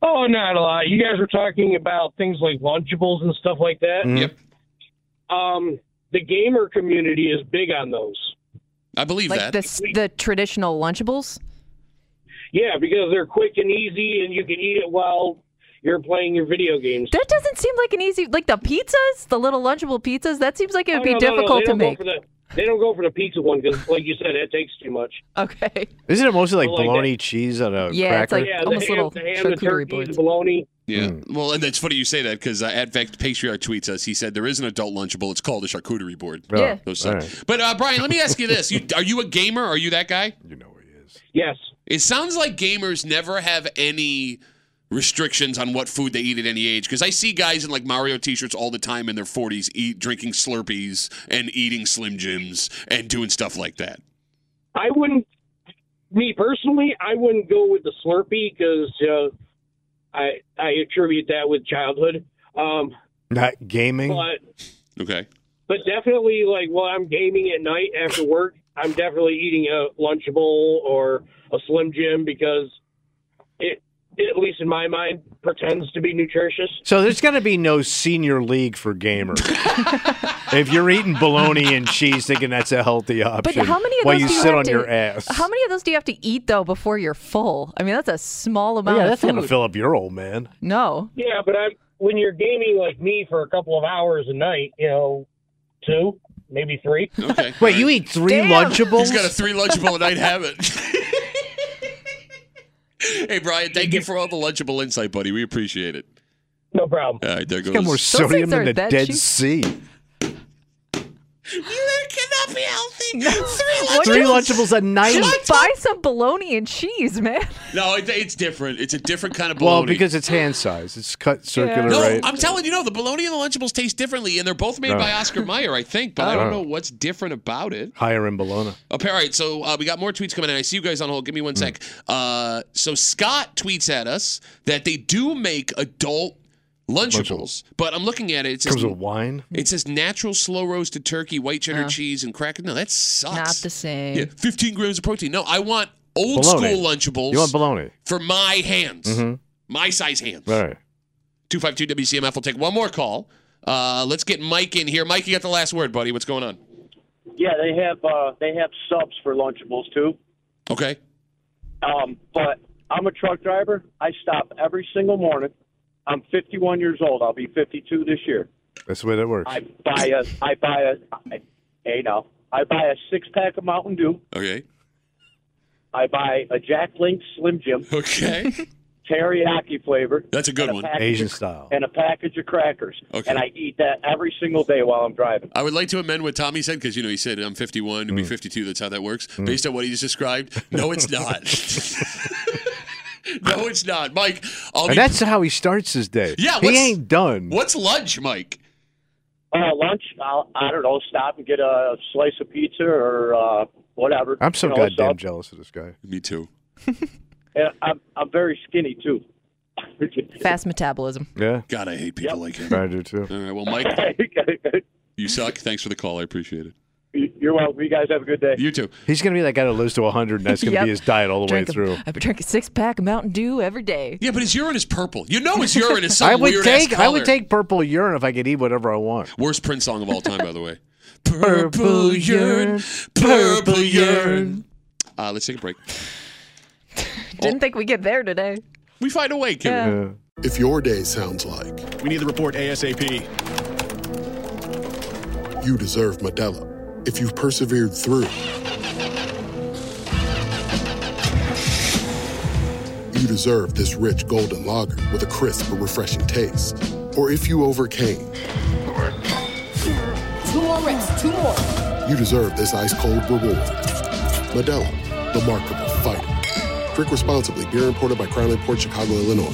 [SPEAKER 11] Oh, not a lot. You guys were talking about things like Lunchables and stuff like that.
[SPEAKER 3] Yep.
[SPEAKER 11] Um, the gamer community is big on those.
[SPEAKER 3] I believe
[SPEAKER 5] Like the s- the traditional Lunchables.
[SPEAKER 11] Yeah, because they're quick and easy, and you can eat it while you're playing your video games.
[SPEAKER 5] That doesn't seem like an easy like the pizzas, the little Lunchable pizzas. That seems like it would be
[SPEAKER 11] Oh, no, no, no,
[SPEAKER 5] difficult
[SPEAKER 11] they
[SPEAKER 5] to
[SPEAKER 11] don't go
[SPEAKER 5] make.
[SPEAKER 11] for the- they don't go for the pizza one because, like you said, that takes too much.
[SPEAKER 5] Okay.
[SPEAKER 4] Isn't it mostly like
[SPEAKER 11] Well, like
[SPEAKER 4] bologna cheese on a cracker?
[SPEAKER 11] the ham, the ham, the turkey, the bologna.
[SPEAKER 3] Yeah. Well, and it's funny you say that because uh, Advect Patriarch tweets us. He said there is an adult Lunchable. It's called a charcuterie board.
[SPEAKER 11] Oh, Yeah.
[SPEAKER 3] Those
[SPEAKER 11] all
[SPEAKER 3] suck. But, uh, Brian, let me ask you this. You, are you a gamer? Are you that guy? You know he
[SPEAKER 11] is. Yes.
[SPEAKER 3] It sounds like gamers never have any restrictions on what food they eat at any age because I see guys in like Mario t-shirts all the time in their 40s eat drinking Slurpees and eating Slim Jims and doing stuff like that.
[SPEAKER 11] I wouldn't, me personally, I wouldn't go with the Slurpee because uh, I I attribute that with childhood. Um,
[SPEAKER 4] Not gaming.
[SPEAKER 11] but
[SPEAKER 3] Okay.
[SPEAKER 11] But definitely, like while I'm gaming at night after work, I'm definitely eating a Lunchable or a Slim Jim because it, it at least in my mind, pretends to be nutritious.
[SPEAKER 4] So there's going to be no senior league for
[SPEAKER 5] *laughs*
[SPEAKER 4] gamers. if you're eating bologna and cheese, thinking that's a healthy
[SPEAKER 5] But
[SPEAKER 4] option,
[SPEAKER 5] how many of
[SPEAKER 4] while
[SPEAKER 5] those
[SPEAKER 4] you
[SPEAKER 5] do you
[SPEAKER 4] sit
[SPEAKER 5] have
[SPEAKER 4] on
[SPEAKER 5] to, e,
[SPEAKER 4] your ass,
[SPEAKER 5] How many of those do you have to eat though before you're full? I mean, that's a small amount.
[SPEAKER 4] Oh, yeah,
[SPEAKER 5] of
[SPEAKER 4] that's
[SPEAKER 5] food.
[SPEAKER 4] going to fill up your old man.
[SPEAKER 5] No.
[SPEAKER 11] Yeah, but I'm when you're gaming like me for a couple of hours a night, you know, two, maybe three.
[SPEAKER 3] Okay.
[SPEAKER 4] Wait, you eat three lunchables?
[SPEAKER 3] He's got a three lunchable a night habit. hey, Brian, thank you for all the lunchable insight, buddy. We appreciate it.
[SPEAKER 11] No problem.
[SPEAKER 3] All right, there goes.
[SPEAKER 4] got more sodium than the Dead Sea.
[SPEAKER 3] cannot be healthy.
[SPEAKER 4] Three lunchables a night.
[SPEAKER 5] Just buy some bologna and cheese, man.
[SPEAKER 3] No, it, it's different. It's a different kind of bologna.
[SPEAKER 4] Well, because it's hand size, it's cut circular,
[SPEAKER 3] no,
[SPEAKER 4] right?
[SPEAKER 3] I'm telling you, no, the bologna and the Lunchables taste differently, and they're both made
[SPEAKER 4] No.
[SPEAKER 3] by Oscar Mayer, I think, but I
[SPEAKER 4] Oh.
[SPEAKER 3] don't know what's different about it.
[SPEAKER 4] Higher in bologna.
[SPEAKER 3] Okay, all right, so uh, we got more tweets coming in. I see you guys on hold. Give me
[SPEAKER 4] Hmm.
[SPEAKER 3] one sec. Uh, so Scott tweets at us that they do make adult Lunchables, but I'm looking at it. It says,
[SPEAKER 4] Comes with wine.
[SPEAKER 3] it says natural slow roasted turkey, white cheddar cheese, and cracker. No, that sucks.
[SPEAKER 5] Not the same.
[SPEAKER 3] Yeah, 15 grams of protein. No, I want old
[SPEAKER 4] Bologna.
[SPEAKER 3] school Lunchables
[SPEAKER 4] You want bologna?
[SPEAKER 3] for my hands,
[SPEAKER 4] Mhm.
[SPEAKER 3] my size hands.
[SPEAKER 4] All right.
[SPEAKER 3] 252 WCMF. We'll take one more call. Uh, let's get Mike in here. Mike, you got the last word, buddy. What's going on?
[SPEAKER 12] Yeah, they have uh, they have subs for Lunchables too.
[SPEAKER 3] Okay.
[SPEAKER 12] Um, but I'm a truck driver. I stop every single morning. I'm 51 years old. I'll be 52 this year.
[SPEAKER 4] That's the way that works.
[SPEAKER 12] I buy a I buy a I, hey now I buy a six pack of Mountain Dew.
[SPEAKER 3] Okay.
[SPEAKER 12] I buy a Jack Link Slim Jim.
[SPEAKER 3] Okay.
[SPEAKER 12] teriyaki flavor.
[SPEAKER 3] That's a good
[SPEAKER 12] and
[SPEAKER 3] one.
[SPEAKER 12] package
[SPEAKER 4] Asian
[SPEAKER 12] of-
[SPEAKER 4] style.
[SPEAKER 12] And a package of crackers.
[SPEAKER 3] Okay.
[SPEAKER 12] And I eat that every single day while I'm driving.
[SPEAKER 3] I would like to amend what Tommy said because, you know, he said, I'm 51, to
[SPEAKER 4] Mm.
[SPEAKER 3] be 52. That's how that works. Based on what he just described, no, it's
[SPEAKER 4] *laughs*
[SPEAKER 3] not. *laughs* no, it's not. Mike, I'll be-
[SPEAKER 4] and that's how he starts his day.
[SPEAKER 3] Yeah,
[SPEAKER 4] he
[SPEAKER 3] what's-
[SPEAKER 4] ain't done.
[SPEAKER 3] what's lunch, Mike?
[SPEAKER 12] Uh, lunch, I'll, I don't know, stop and get a slice of pizza or uh, whatever.
[SPEAKER 4] I'm so
[SPEAKER 12] You know,
[SPEAKER 4] goddamn
[SPEAKER 12] sub.
[SPEAKER 4] jealous of this guy.
[SPEAKER 3] Me too.
[SPEAKER 12] And I'm, I'm very skinny, too.
[SPEAKER 5] Fast metabolism.
[SPEAKER 4] Yeah.
[SPEAKER 3] God, I hate people like him.
[SPEAKER 4] I do too.
[SPEAKER 3] All right. Well,
[SPEAKER 4] *laughs*
[SPEAKER 3] Mike, you suck. Thanks for the call. I appreciate it.
[SPEAKER 12] You're welcome. You guys have a good day.
[SPEAKER 3] You too.
[SPEAKER 4] He's gonna be that guy that lives to 100, and that's gonna
[SPEAKER 5] Yep.
[SPEAKER 4] be his diet all the
[SPEAKER 5] Drink
[SPEAKER 4] way
[SPEAKER 5] a-
[SPEAKER 4] through.
[SPEAKER 5] I drink a six pack of Mountain Dew every day.
[SPEAKER 3] Yeah, but his urine is purple. You know his urine
[SPEAKER 4] *laughs*
[SPEAKER 3] is some
[SPEAKER 4] I would
[SPEAKER 3] weird
[SPEAKER 4] take
[SPEAKER 3] ass
[SPEAKER 4] I
[SPEAKER 3] color.
[SPEAKER 4] would take purple urine if I could eat whatever I want.
[SPEAKER 3] Worst Prince song of all time, by the
[SPEAKER 4] *laughs*
[SPEAKER 3] way.
[SPEAKER 4] Purple
[SPEAKER 3] urine, purple urine. Uh, let's take a break.
[SPEAKER 5] Didn't think we'd get there today.
[SPEAKER 3] Oh. We find a way,
[SPEAKER 5] Yeah.
[SPEAKER 13] If your day sounds like
[SPEAKER 14] We need the report ASAP.
[SPEAKER 13] you deserve Medella, if you've persevered through, you deserve this rich golden lager with a crisp but refreshing taste. Or if you overcame,
[SPEAKER 1] Two more reps, two more.
[SPEAKER 13] you deserve this ice cold reward. Medella, the markable fighter. Drink responsibly. Beer imported by Crown Port Chicago, Illinois.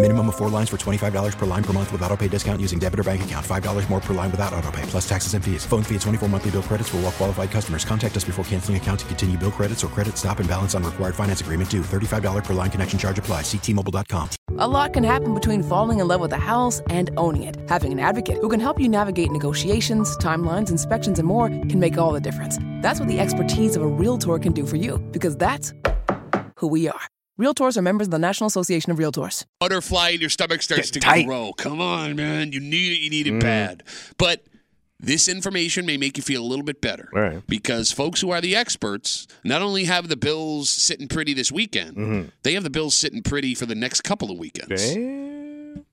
[SPEAKER 15] Minimum of four lines for $25 per line per month with auto pay discount using debit or bank account. $5 more per line without auto pay, plus taxes and fees. Phone fee at 24 monthly bill credits for all qualified customers. Contact us before canceling account to continue bill credits or credit stop and balance on required finance agreement due. $35 per line connection charge applies. Ctmobile.com.
[SPEAKER 16] A lot can happen between falling in love with a house and owning it. Having an advocate who can help you navigate negotiations, timelines, inspections, and more can make all the difference. That's what the expertise of a Realtor can do for you, because that's who we are. Realtors are members of the National Association of Realtors.
[SPEAKER 3] Butterfly in your stomach starts to
[SPEAKER 16] tight.
[SPEAKER 3] grow. Come on, man. You need it. You need it
[SPEAKER 4] Mm.
[SPEAKER 3] bad. But this information may make you feel a little bit better.
[SPEAKER 4] All right.
[SPEAKER 3] Because folks who are the experts not only have the bills sitting pretty this weekend,
[SPEAKER 4] Mhm.
[SPEAKER 3] they have the bills sitting pretty for the next couple of weekends.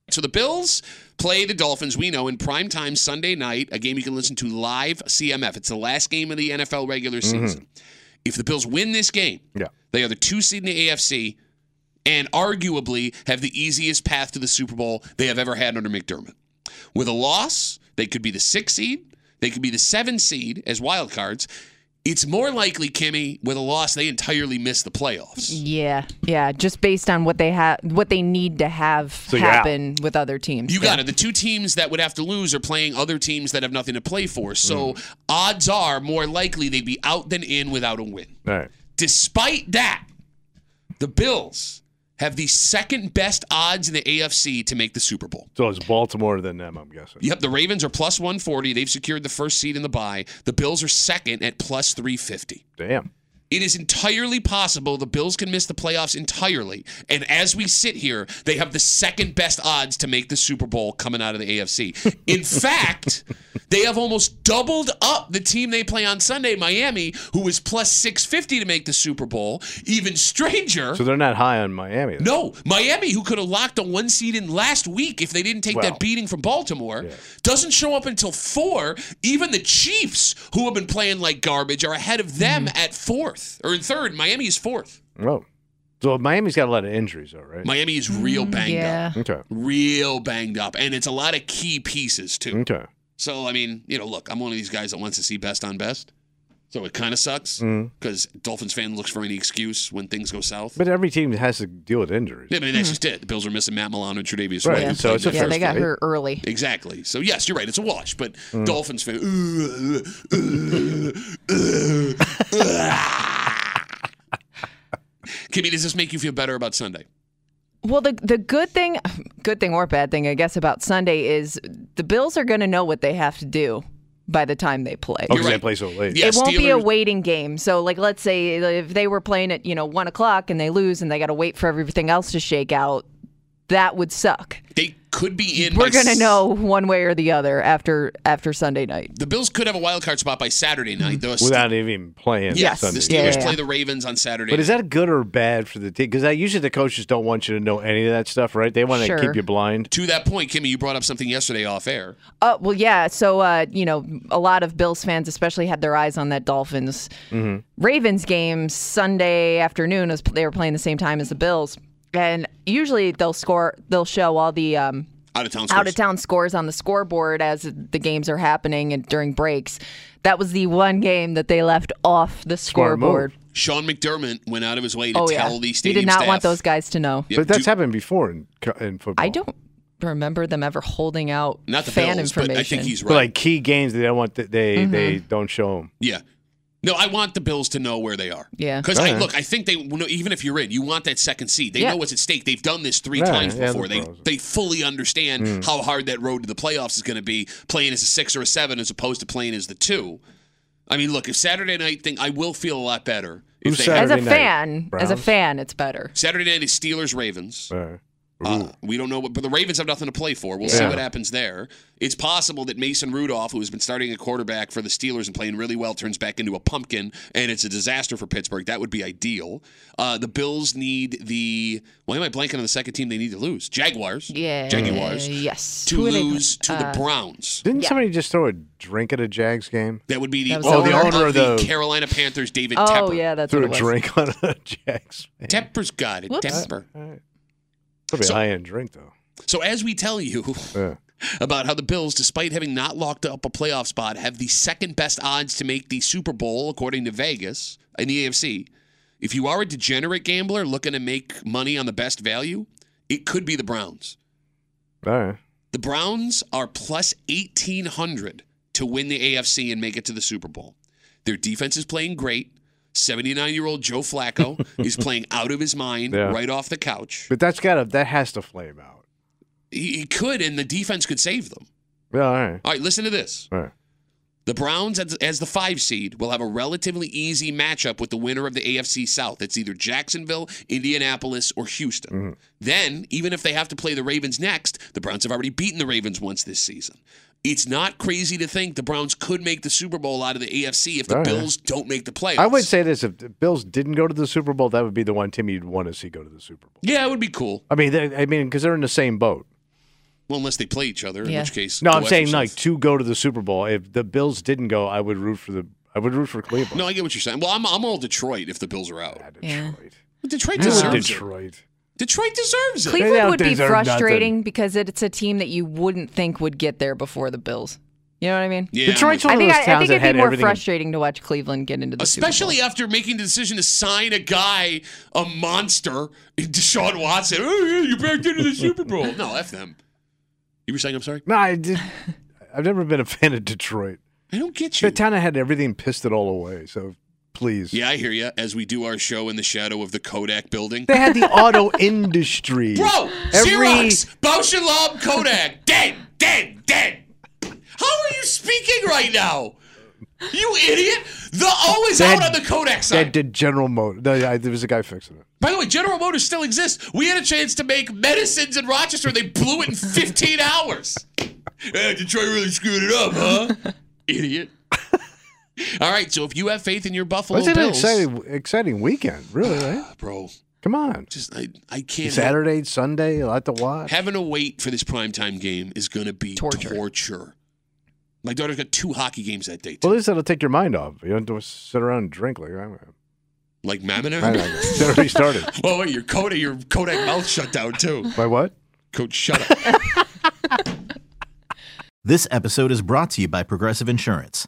[SPEAKER 3] So the Bills play the Dolphins, we know, in prime time Sunday night, a game you can listen to live CMF. It's the last game of the NFL regular
[SPEAKER 4] Mhm.
[SPEAKER 3] season. If the Bills win this game,
[SPEAKER 4] Yeah.
[SPEAKER 3] they are the two seed in the AFC and arguably have the easiest path to the Super Bowl they have ever had under McDermott. With a loss, they could be the six seed, they could be the seven seed as wild cards. It's more likely, Kimmy, with a loss, they entirely miss the playoffs.
[SPEAKER 5] Yeah, yeah. Just based on what they have, what they need to have
[SPEAKER 3] So you're out.
[SPEAKER 5] happen with other teams.
[SPEAKER 3] You got it. The two teams that would have to lose are playing other teams that have nothing to play for. So
[SPEAKER 4] Mm.
[SPEAKER 3] odds are more likely they'd be out than in without a win.
[SPEAKER 4] All right.
[SPEAKER 3] Despite that, the Bills have the second best odds in the AFC to make the Super Bowl.
[SPEAKER 4] So it's Baltimore than them, I'm guessing.
[SPEAKER 3] Yep, the Ravens are plus 140. They've secured the first seed in the bye. The Bills are second at plus 350.
[SPEAKER 4] Damn.
[SPEAKER 3] It is entirely possible the Bills can miss the playoffs entirely. And as we sit here, they have the second best odds to make the Super Bowl coming out of the AFC.
[SPEAKER 4] *laughs*
[SPEAKER 3] In fact, they have almost doubled up the team they play on Sunday, Miami, who was plus 650 to make the Super Bowl. Even stranger.
[SPEAKER 4] So they're not high on Miami. then.
[SPEAKER 3] No, Miami, who could have locked a one seed in last week if they didn't take
[SPEAKER 4] Well.
[SPEAKER 3] that beating from Baltimore, doesn't show up until four. Even the Chiefs, who have been playing like garbage, are ahead of them at fourth or in third. Miami is fourth.
[SPEAKER 4] Oh. So Miami's got a lot of injuries, though, right?
[SPEAKER 3] Miami is real banged up,
[SPEAKER 4] Okay.
[SPEAKER 3] real banged up, and it's a lot of key pieces too.
[SPEAKER 4] Okay.
[SPEAKER 3] So I mean, you know, look, I'm one of these guys that wants to see best on best. So it kind of sucks
[SPEAKER 4] Mhm.
[SPEAKER 3] because Dolphins fan looks for any excuse when things go south.
[SPEAKER 4] But every team has to deal with injuries.
[SPEAKER 3] Yeah, but
[SPEAKER 5] Hmm.
[SPEAKER 3] that's just it. The Bills are missing Matt Milano and Tre'Davious
[SPEAKER 4] Right,
[SPEAKER 3] White.
[SPEAKER 4] and so it's a Yeah, first, they got right? hurt
[SPEAKER 5] early.
[SPEAKER 3] Exactly. So yes, you're right. It's a wash. But
[SPEAKER 4] Mm.
[SPEAKER 3] Dolphins fan. "Ugh, ugh, ugh." Kimmy, does this make you feel better about Sunday?
[SPEAKER 5] Well, the the good thing, *sighs* good thing or bad thing, I guess, about Sunday is the Bills are going to know what they have to do by the time they play.
[SPEAKER 4] Oh, 'cause they play so late.
[SPEAKER 5] it won't be a waiting game. So, like, let's say if they were playing at you know one o'clock and they lose and they got to wait for everything else to shake out, that would suck.
[SPEAKER 3] They could be in.
[SPEAKER 5] We're
[SPEAKER 3] by
[SPEAKER 5] gonna
[SPEAKER 3] s-
[SPEAKER 5] know one way or the other after after Sunday night.
[SPEAKER 3] The Bills could have a wild card spot by Saturday night. Though
[SPEAKER 4] Hmm. Without even playing.
[SPEAKER 3] yes,
[SPEAKER 4] Sunday.
[SPEAKER 3] the Steelers play the Ravens on Saturday.
[SPEAKER 4] But is that good or bad for the team? Because usually the coaches don't want you to know any of that stuff, right? They want
[SPEAKER 5] Sure.
[SPEAKER 4] to keep you blind.
[SPEAKER 3] to that point, Kimmy? You brought up something yesterday off air.
[SPEAKER 5] Uh, well, yeah. So, uh, you know, a lot of Bills fans, especially, had their eyes on that Dolphins
[SPEAKER 1] Mm-hmm.
[SPEAKER 5] Ravens game Sunday afternoon as they were playing the same time as the Bills, and usually they'll score, they'll show all the um,
[SPEAKER 3] Out of town.
[SPEAKER 5] out of town scores on the scoreboard as the games are happening and during breaks. That was the one game that they left off the scoreboard.
[SPEAKER 3] Sean McDermott went out of his way to
[SPEAKER 5] Oh yeah,
[SPEAKER 3] tell the
[SPEAKER 5] you
[SPEAKER 3] stadium
[SPEAKER 5] did not want
[SPEAKER 3] staff-
[SPEAKER 5] those guys to know.
[SPEAKER 3] Yeah,
[SPEAKER 4] But that's
[SPEAKER 3] do-
[SPEAKER 4] happened before in, co- in football.
[SPEAKER 5] I don't remember them ever holding out
[SPEAKER 3] Not the
[SPEAKER 5] fan
[SPEAKER 3] Bills, but I
[SPEAKER 5] information.
[SPEAKER 3] think he's
[SPEAKER 4] But like key games, they don't want th- they
[SPEAKER 5] Mhm.
[SPEAKER 4] they don't show them.
[SPEAKER 3] Yeah. No, I want the Bills to know where they are.
[SPEAKER 5] Yeah.
[SPEAKER 3] Because
[SPEAKER 4] Right.
[SPEAKER 3] look, I think they you know, even if you're in, you want that second seed. They
[SPEAKER 4] Yeah.
[SPEAKER 3] know what's at stake. They've done this three
[SPEAKER 4] Right,
[SPEAKER 3] times
[SPEAKER 4] yeah,
[SPEAKER 3] before.
[SPEAKER 4] the
[SPEAKER 3] they they fully understand
[SPEAKER 4] Mm.
[SPEAKER 3] how hard that road to the playoffs is going to be. Playing as a six or a seven as opposed to playing as the two. I mean, look, if Saturday night thing, I will feel a lot better. if
[SPEAKER 4] Who's
[SPEAKER 3] they
[SPEAKER 5] as
[SPEAKER 3] have-
[SPEAKER 5] a fan, as a
[SPEAKER 3] Browns?
[SPEAKER 5] fan, it's better.
[SPEAKER 3] Saturday night is Steelers Ravens. Uh, we don't know what, but the Ravens have nothing to play for. We'll see
[SPEAKER 4] Yeah.
[SPEAKER 3] what happens there. It's possible that Mason Rudolph, who has been starting a quarterback for the Steelers and playing really well, turns back into a pumpkin, and it's a disaster for Pittsburgh. That would be ideal. Uh, the Bills need the. Why am I blanking on the second team they need to lose? Jaguars.
[SPEAKER 5] Yeah.
[SPEAKER 3] Jaguars.
[SPEAKER 5] Yes.
[SPEAKER 3] To
[SPEAKER 5] Who are they pl-
[SPEAKER 3] lose to
[SPEAKER 5] uh,
[SPEAKER 3] the Browns.
[SPEAKER 4] Didn't somebody just throw a drink at a Jags game?
[SPEAKER 3] That would be the,
[SPEAKER 4] That was the
[SPEAKER 3] owner,
[SPEAKER 4] owner.
[SPEAKER 3] of
[SPEAKER 4] Oh, the owner
[SPEAKER 3] the,
[SPEAKER 4] of the-
[SPEAKER 3] Carolina Panthers, David
[SPEAKER 5] Oh,
[SPEAKER 3] Tepper.
[SPEAKER 5] yeah, that's
[SPEAKER 4] threw
[SPEAKER 5] what
[SPEAKER 4] a
[SPEAKER 5] it was.
[SPEAKER 4] drink on a *laughs* Jags.
[SPEAKER 3] Tepper's got it.
[SPEAKER 5] Whoops.
[SPEAKER 3] Tepper.
[SPEAKER 4] That'd be
[SPEAKER 3] So-
[SPEAKER 4] a high end drink though.
[SPEAKER 3] So as we tell
[SPEAKER 4] *laughs*
[SPEAKER 3] you about how the Bills, despite having not locked up a playoff spot, have the second best odds to make the Super Bowl according to Vegas in the AFC. If you are a degenerate gambler looking to make money on the best value, it could be the Browns.
[SPEAKER 4] All right.
[SPEAKER 3] The Browns are plus 1800 to win the AFC and make it to the Super Bowl. Their defense is playing great. 79-year-old Joe
[SPEAKER 4] *laughs*
[SPEAKER 3] Flacco is playing out of his mind
[SPEAKER 4] Yeah.
[SPEAKER 3] right off the couch.
[SPEAKER 4] But that's gotta that has to flame out.
[SPEAKER 3] He, he could and the defense could save them.
[SPEAKER 4] Yeah, all right.
[SPEAKER 3] All right, listen to this.
[SPEAKER 4] All right.
[SPEAKER 3] The Browns, as, as the five seed, will have a relatively easy matchup with the winner of the AFC South. It's either Jacksonville, Indianapolis, or Houston.
[SPEAKER 4] Mm-hmm.
[SPEAKER 3] Then, even if they have to play the Ravens next, the Browns have already beaten the Ravens once this season. It's not crazy to think the Browns could make the Super Bowl out of the AFC if the
[SPEAKER 4] All right.
[SPEAKER 3] Bills don't make the playoffs.
[SPEAKER 4] Oh, I would say this: if the Bills didn't go to the Super Bowl, that would be the one team you'd want to see go to the Super Bowl.
[SPEAKER 3] Yeah, it would be cool.
[SPEAKER 4] I mean, they, I mean, because they're in the same boat.
[SPEAKER 3] Well, unless they play each other, in which case.
[SPEAKER 4] no,
[SPEAKER 3] go
[SPEAKER 4] I'm
[SPEAKER 3] F
[SPEAKER 4] saying
[SPEAKER 3] yourself.
[SPEAKER 4] like to go to the Super Bowl. If the Bills didn't go, I would root for the. I would root for Cleveland.
[SPEAKER 3] No, I get what you're saying. Well, I'm, I'm all Detroit if the Bills are out.
[SPEAKER 5] Detroit.
[SPEAKER 3] But Detroit
[SPEAKER 4] You like
[SPEAKER 3] deserves
[SPEAKER 4] Detroit.
[SPEAKER 3] it. Detroit deserves it.
[SPEAKER 5] Cleveland would be frustrating because it, it's a team that you wouldn't think would get there before the Bills. You know what I mean?
[SPEAKER 3] Yeah, Detroit's I'm with one of those
[SPEAKER 5] I think I- I
[SPEAKER 3] towns
[SPEAKER 5] think
[SPEAKER 3] that
[SPEAKER 5] it'd
[SPEAKER 3] had
[SPEAKER 5] be more
[SPEAKER 3] everything in-
[SPEAKER 5] frustrating to watch Cleveland get into the Super Bowl.
[SPEAKER 3] Especially after making the decision to sign a guy, a monster, *laughs* Deshaun Watson. Oh, yeah, you backed into the Super Bowl. No, F them. You were saying I'm sorry?
[SPEAKER 4] No, I did. I've never been a fan of Detroit.
[SPEAKER 3] I don't get
[SPEAKER 4] you. The town had everything pissed it all away. So please,
[SPEAKER 3] Yeah, I hear you. As we do our show in the shadow of the Kodak building.
[SPEAKER 4] they had the
[SPEAKER 3] *laughs*
[SPEAKER 4] auto industry.
[SPEAKER 3] Bro,
[SPEAKER 4] every
[SPEAKER 3] Xerox, Bausch and Lomb, Kodak, *laughs* dead, dead, dead. How are you speaking right now? You idiot! The O is
[SPEAKER 4] That-
[SPEAKER 3] out on the Kodak
[SPEAKER 4] that
[SPEAKER 3] side.
[SPEAKER 4] did General Motors. No, yeah, there was a guy fixing it.
[SPEAKER 3] By the way, General Motors still exists. We had a chance to make medicines in Rochester. They blew it in 15 hours. *laughs* Yeah, Detroit really screwed it up, huh? *laughs* Idiot. All right, so if you have faith in your Buffalo
[SPEAKER 4] It's an
[SPEAKER 3] Bills,
[SPEAKER 4] exciting, exciting weekend, really, right?
[SPEAKER 3] bro.
[SPEAKER 4] Come on.
[SPEAKER 3] Just I, I can't.
[SPEAKER 4] Saturday, Sunday, a lot to watch.
[SPEAKER 3] Having to wait for this primetime game is going to be torture. My daughter's got two hockey games that day,
[SPEAKER 4] Well, at least that'll take your mind off. You don't have to sit around and drink like I'm.
[SPEAKER 3] like Mammon.
[SPEAKER 4] I know, it's already started.
[SPEAKER 3] *laughs* Oh, wait, your Kodak, your Kodak mouth shut down too.
[SPEAKER 4] By what?
[SPEAKER 3] Coach, shut up.
[SPEAKER 9] *laughs* This episode is brought to you by Progressive Insurance.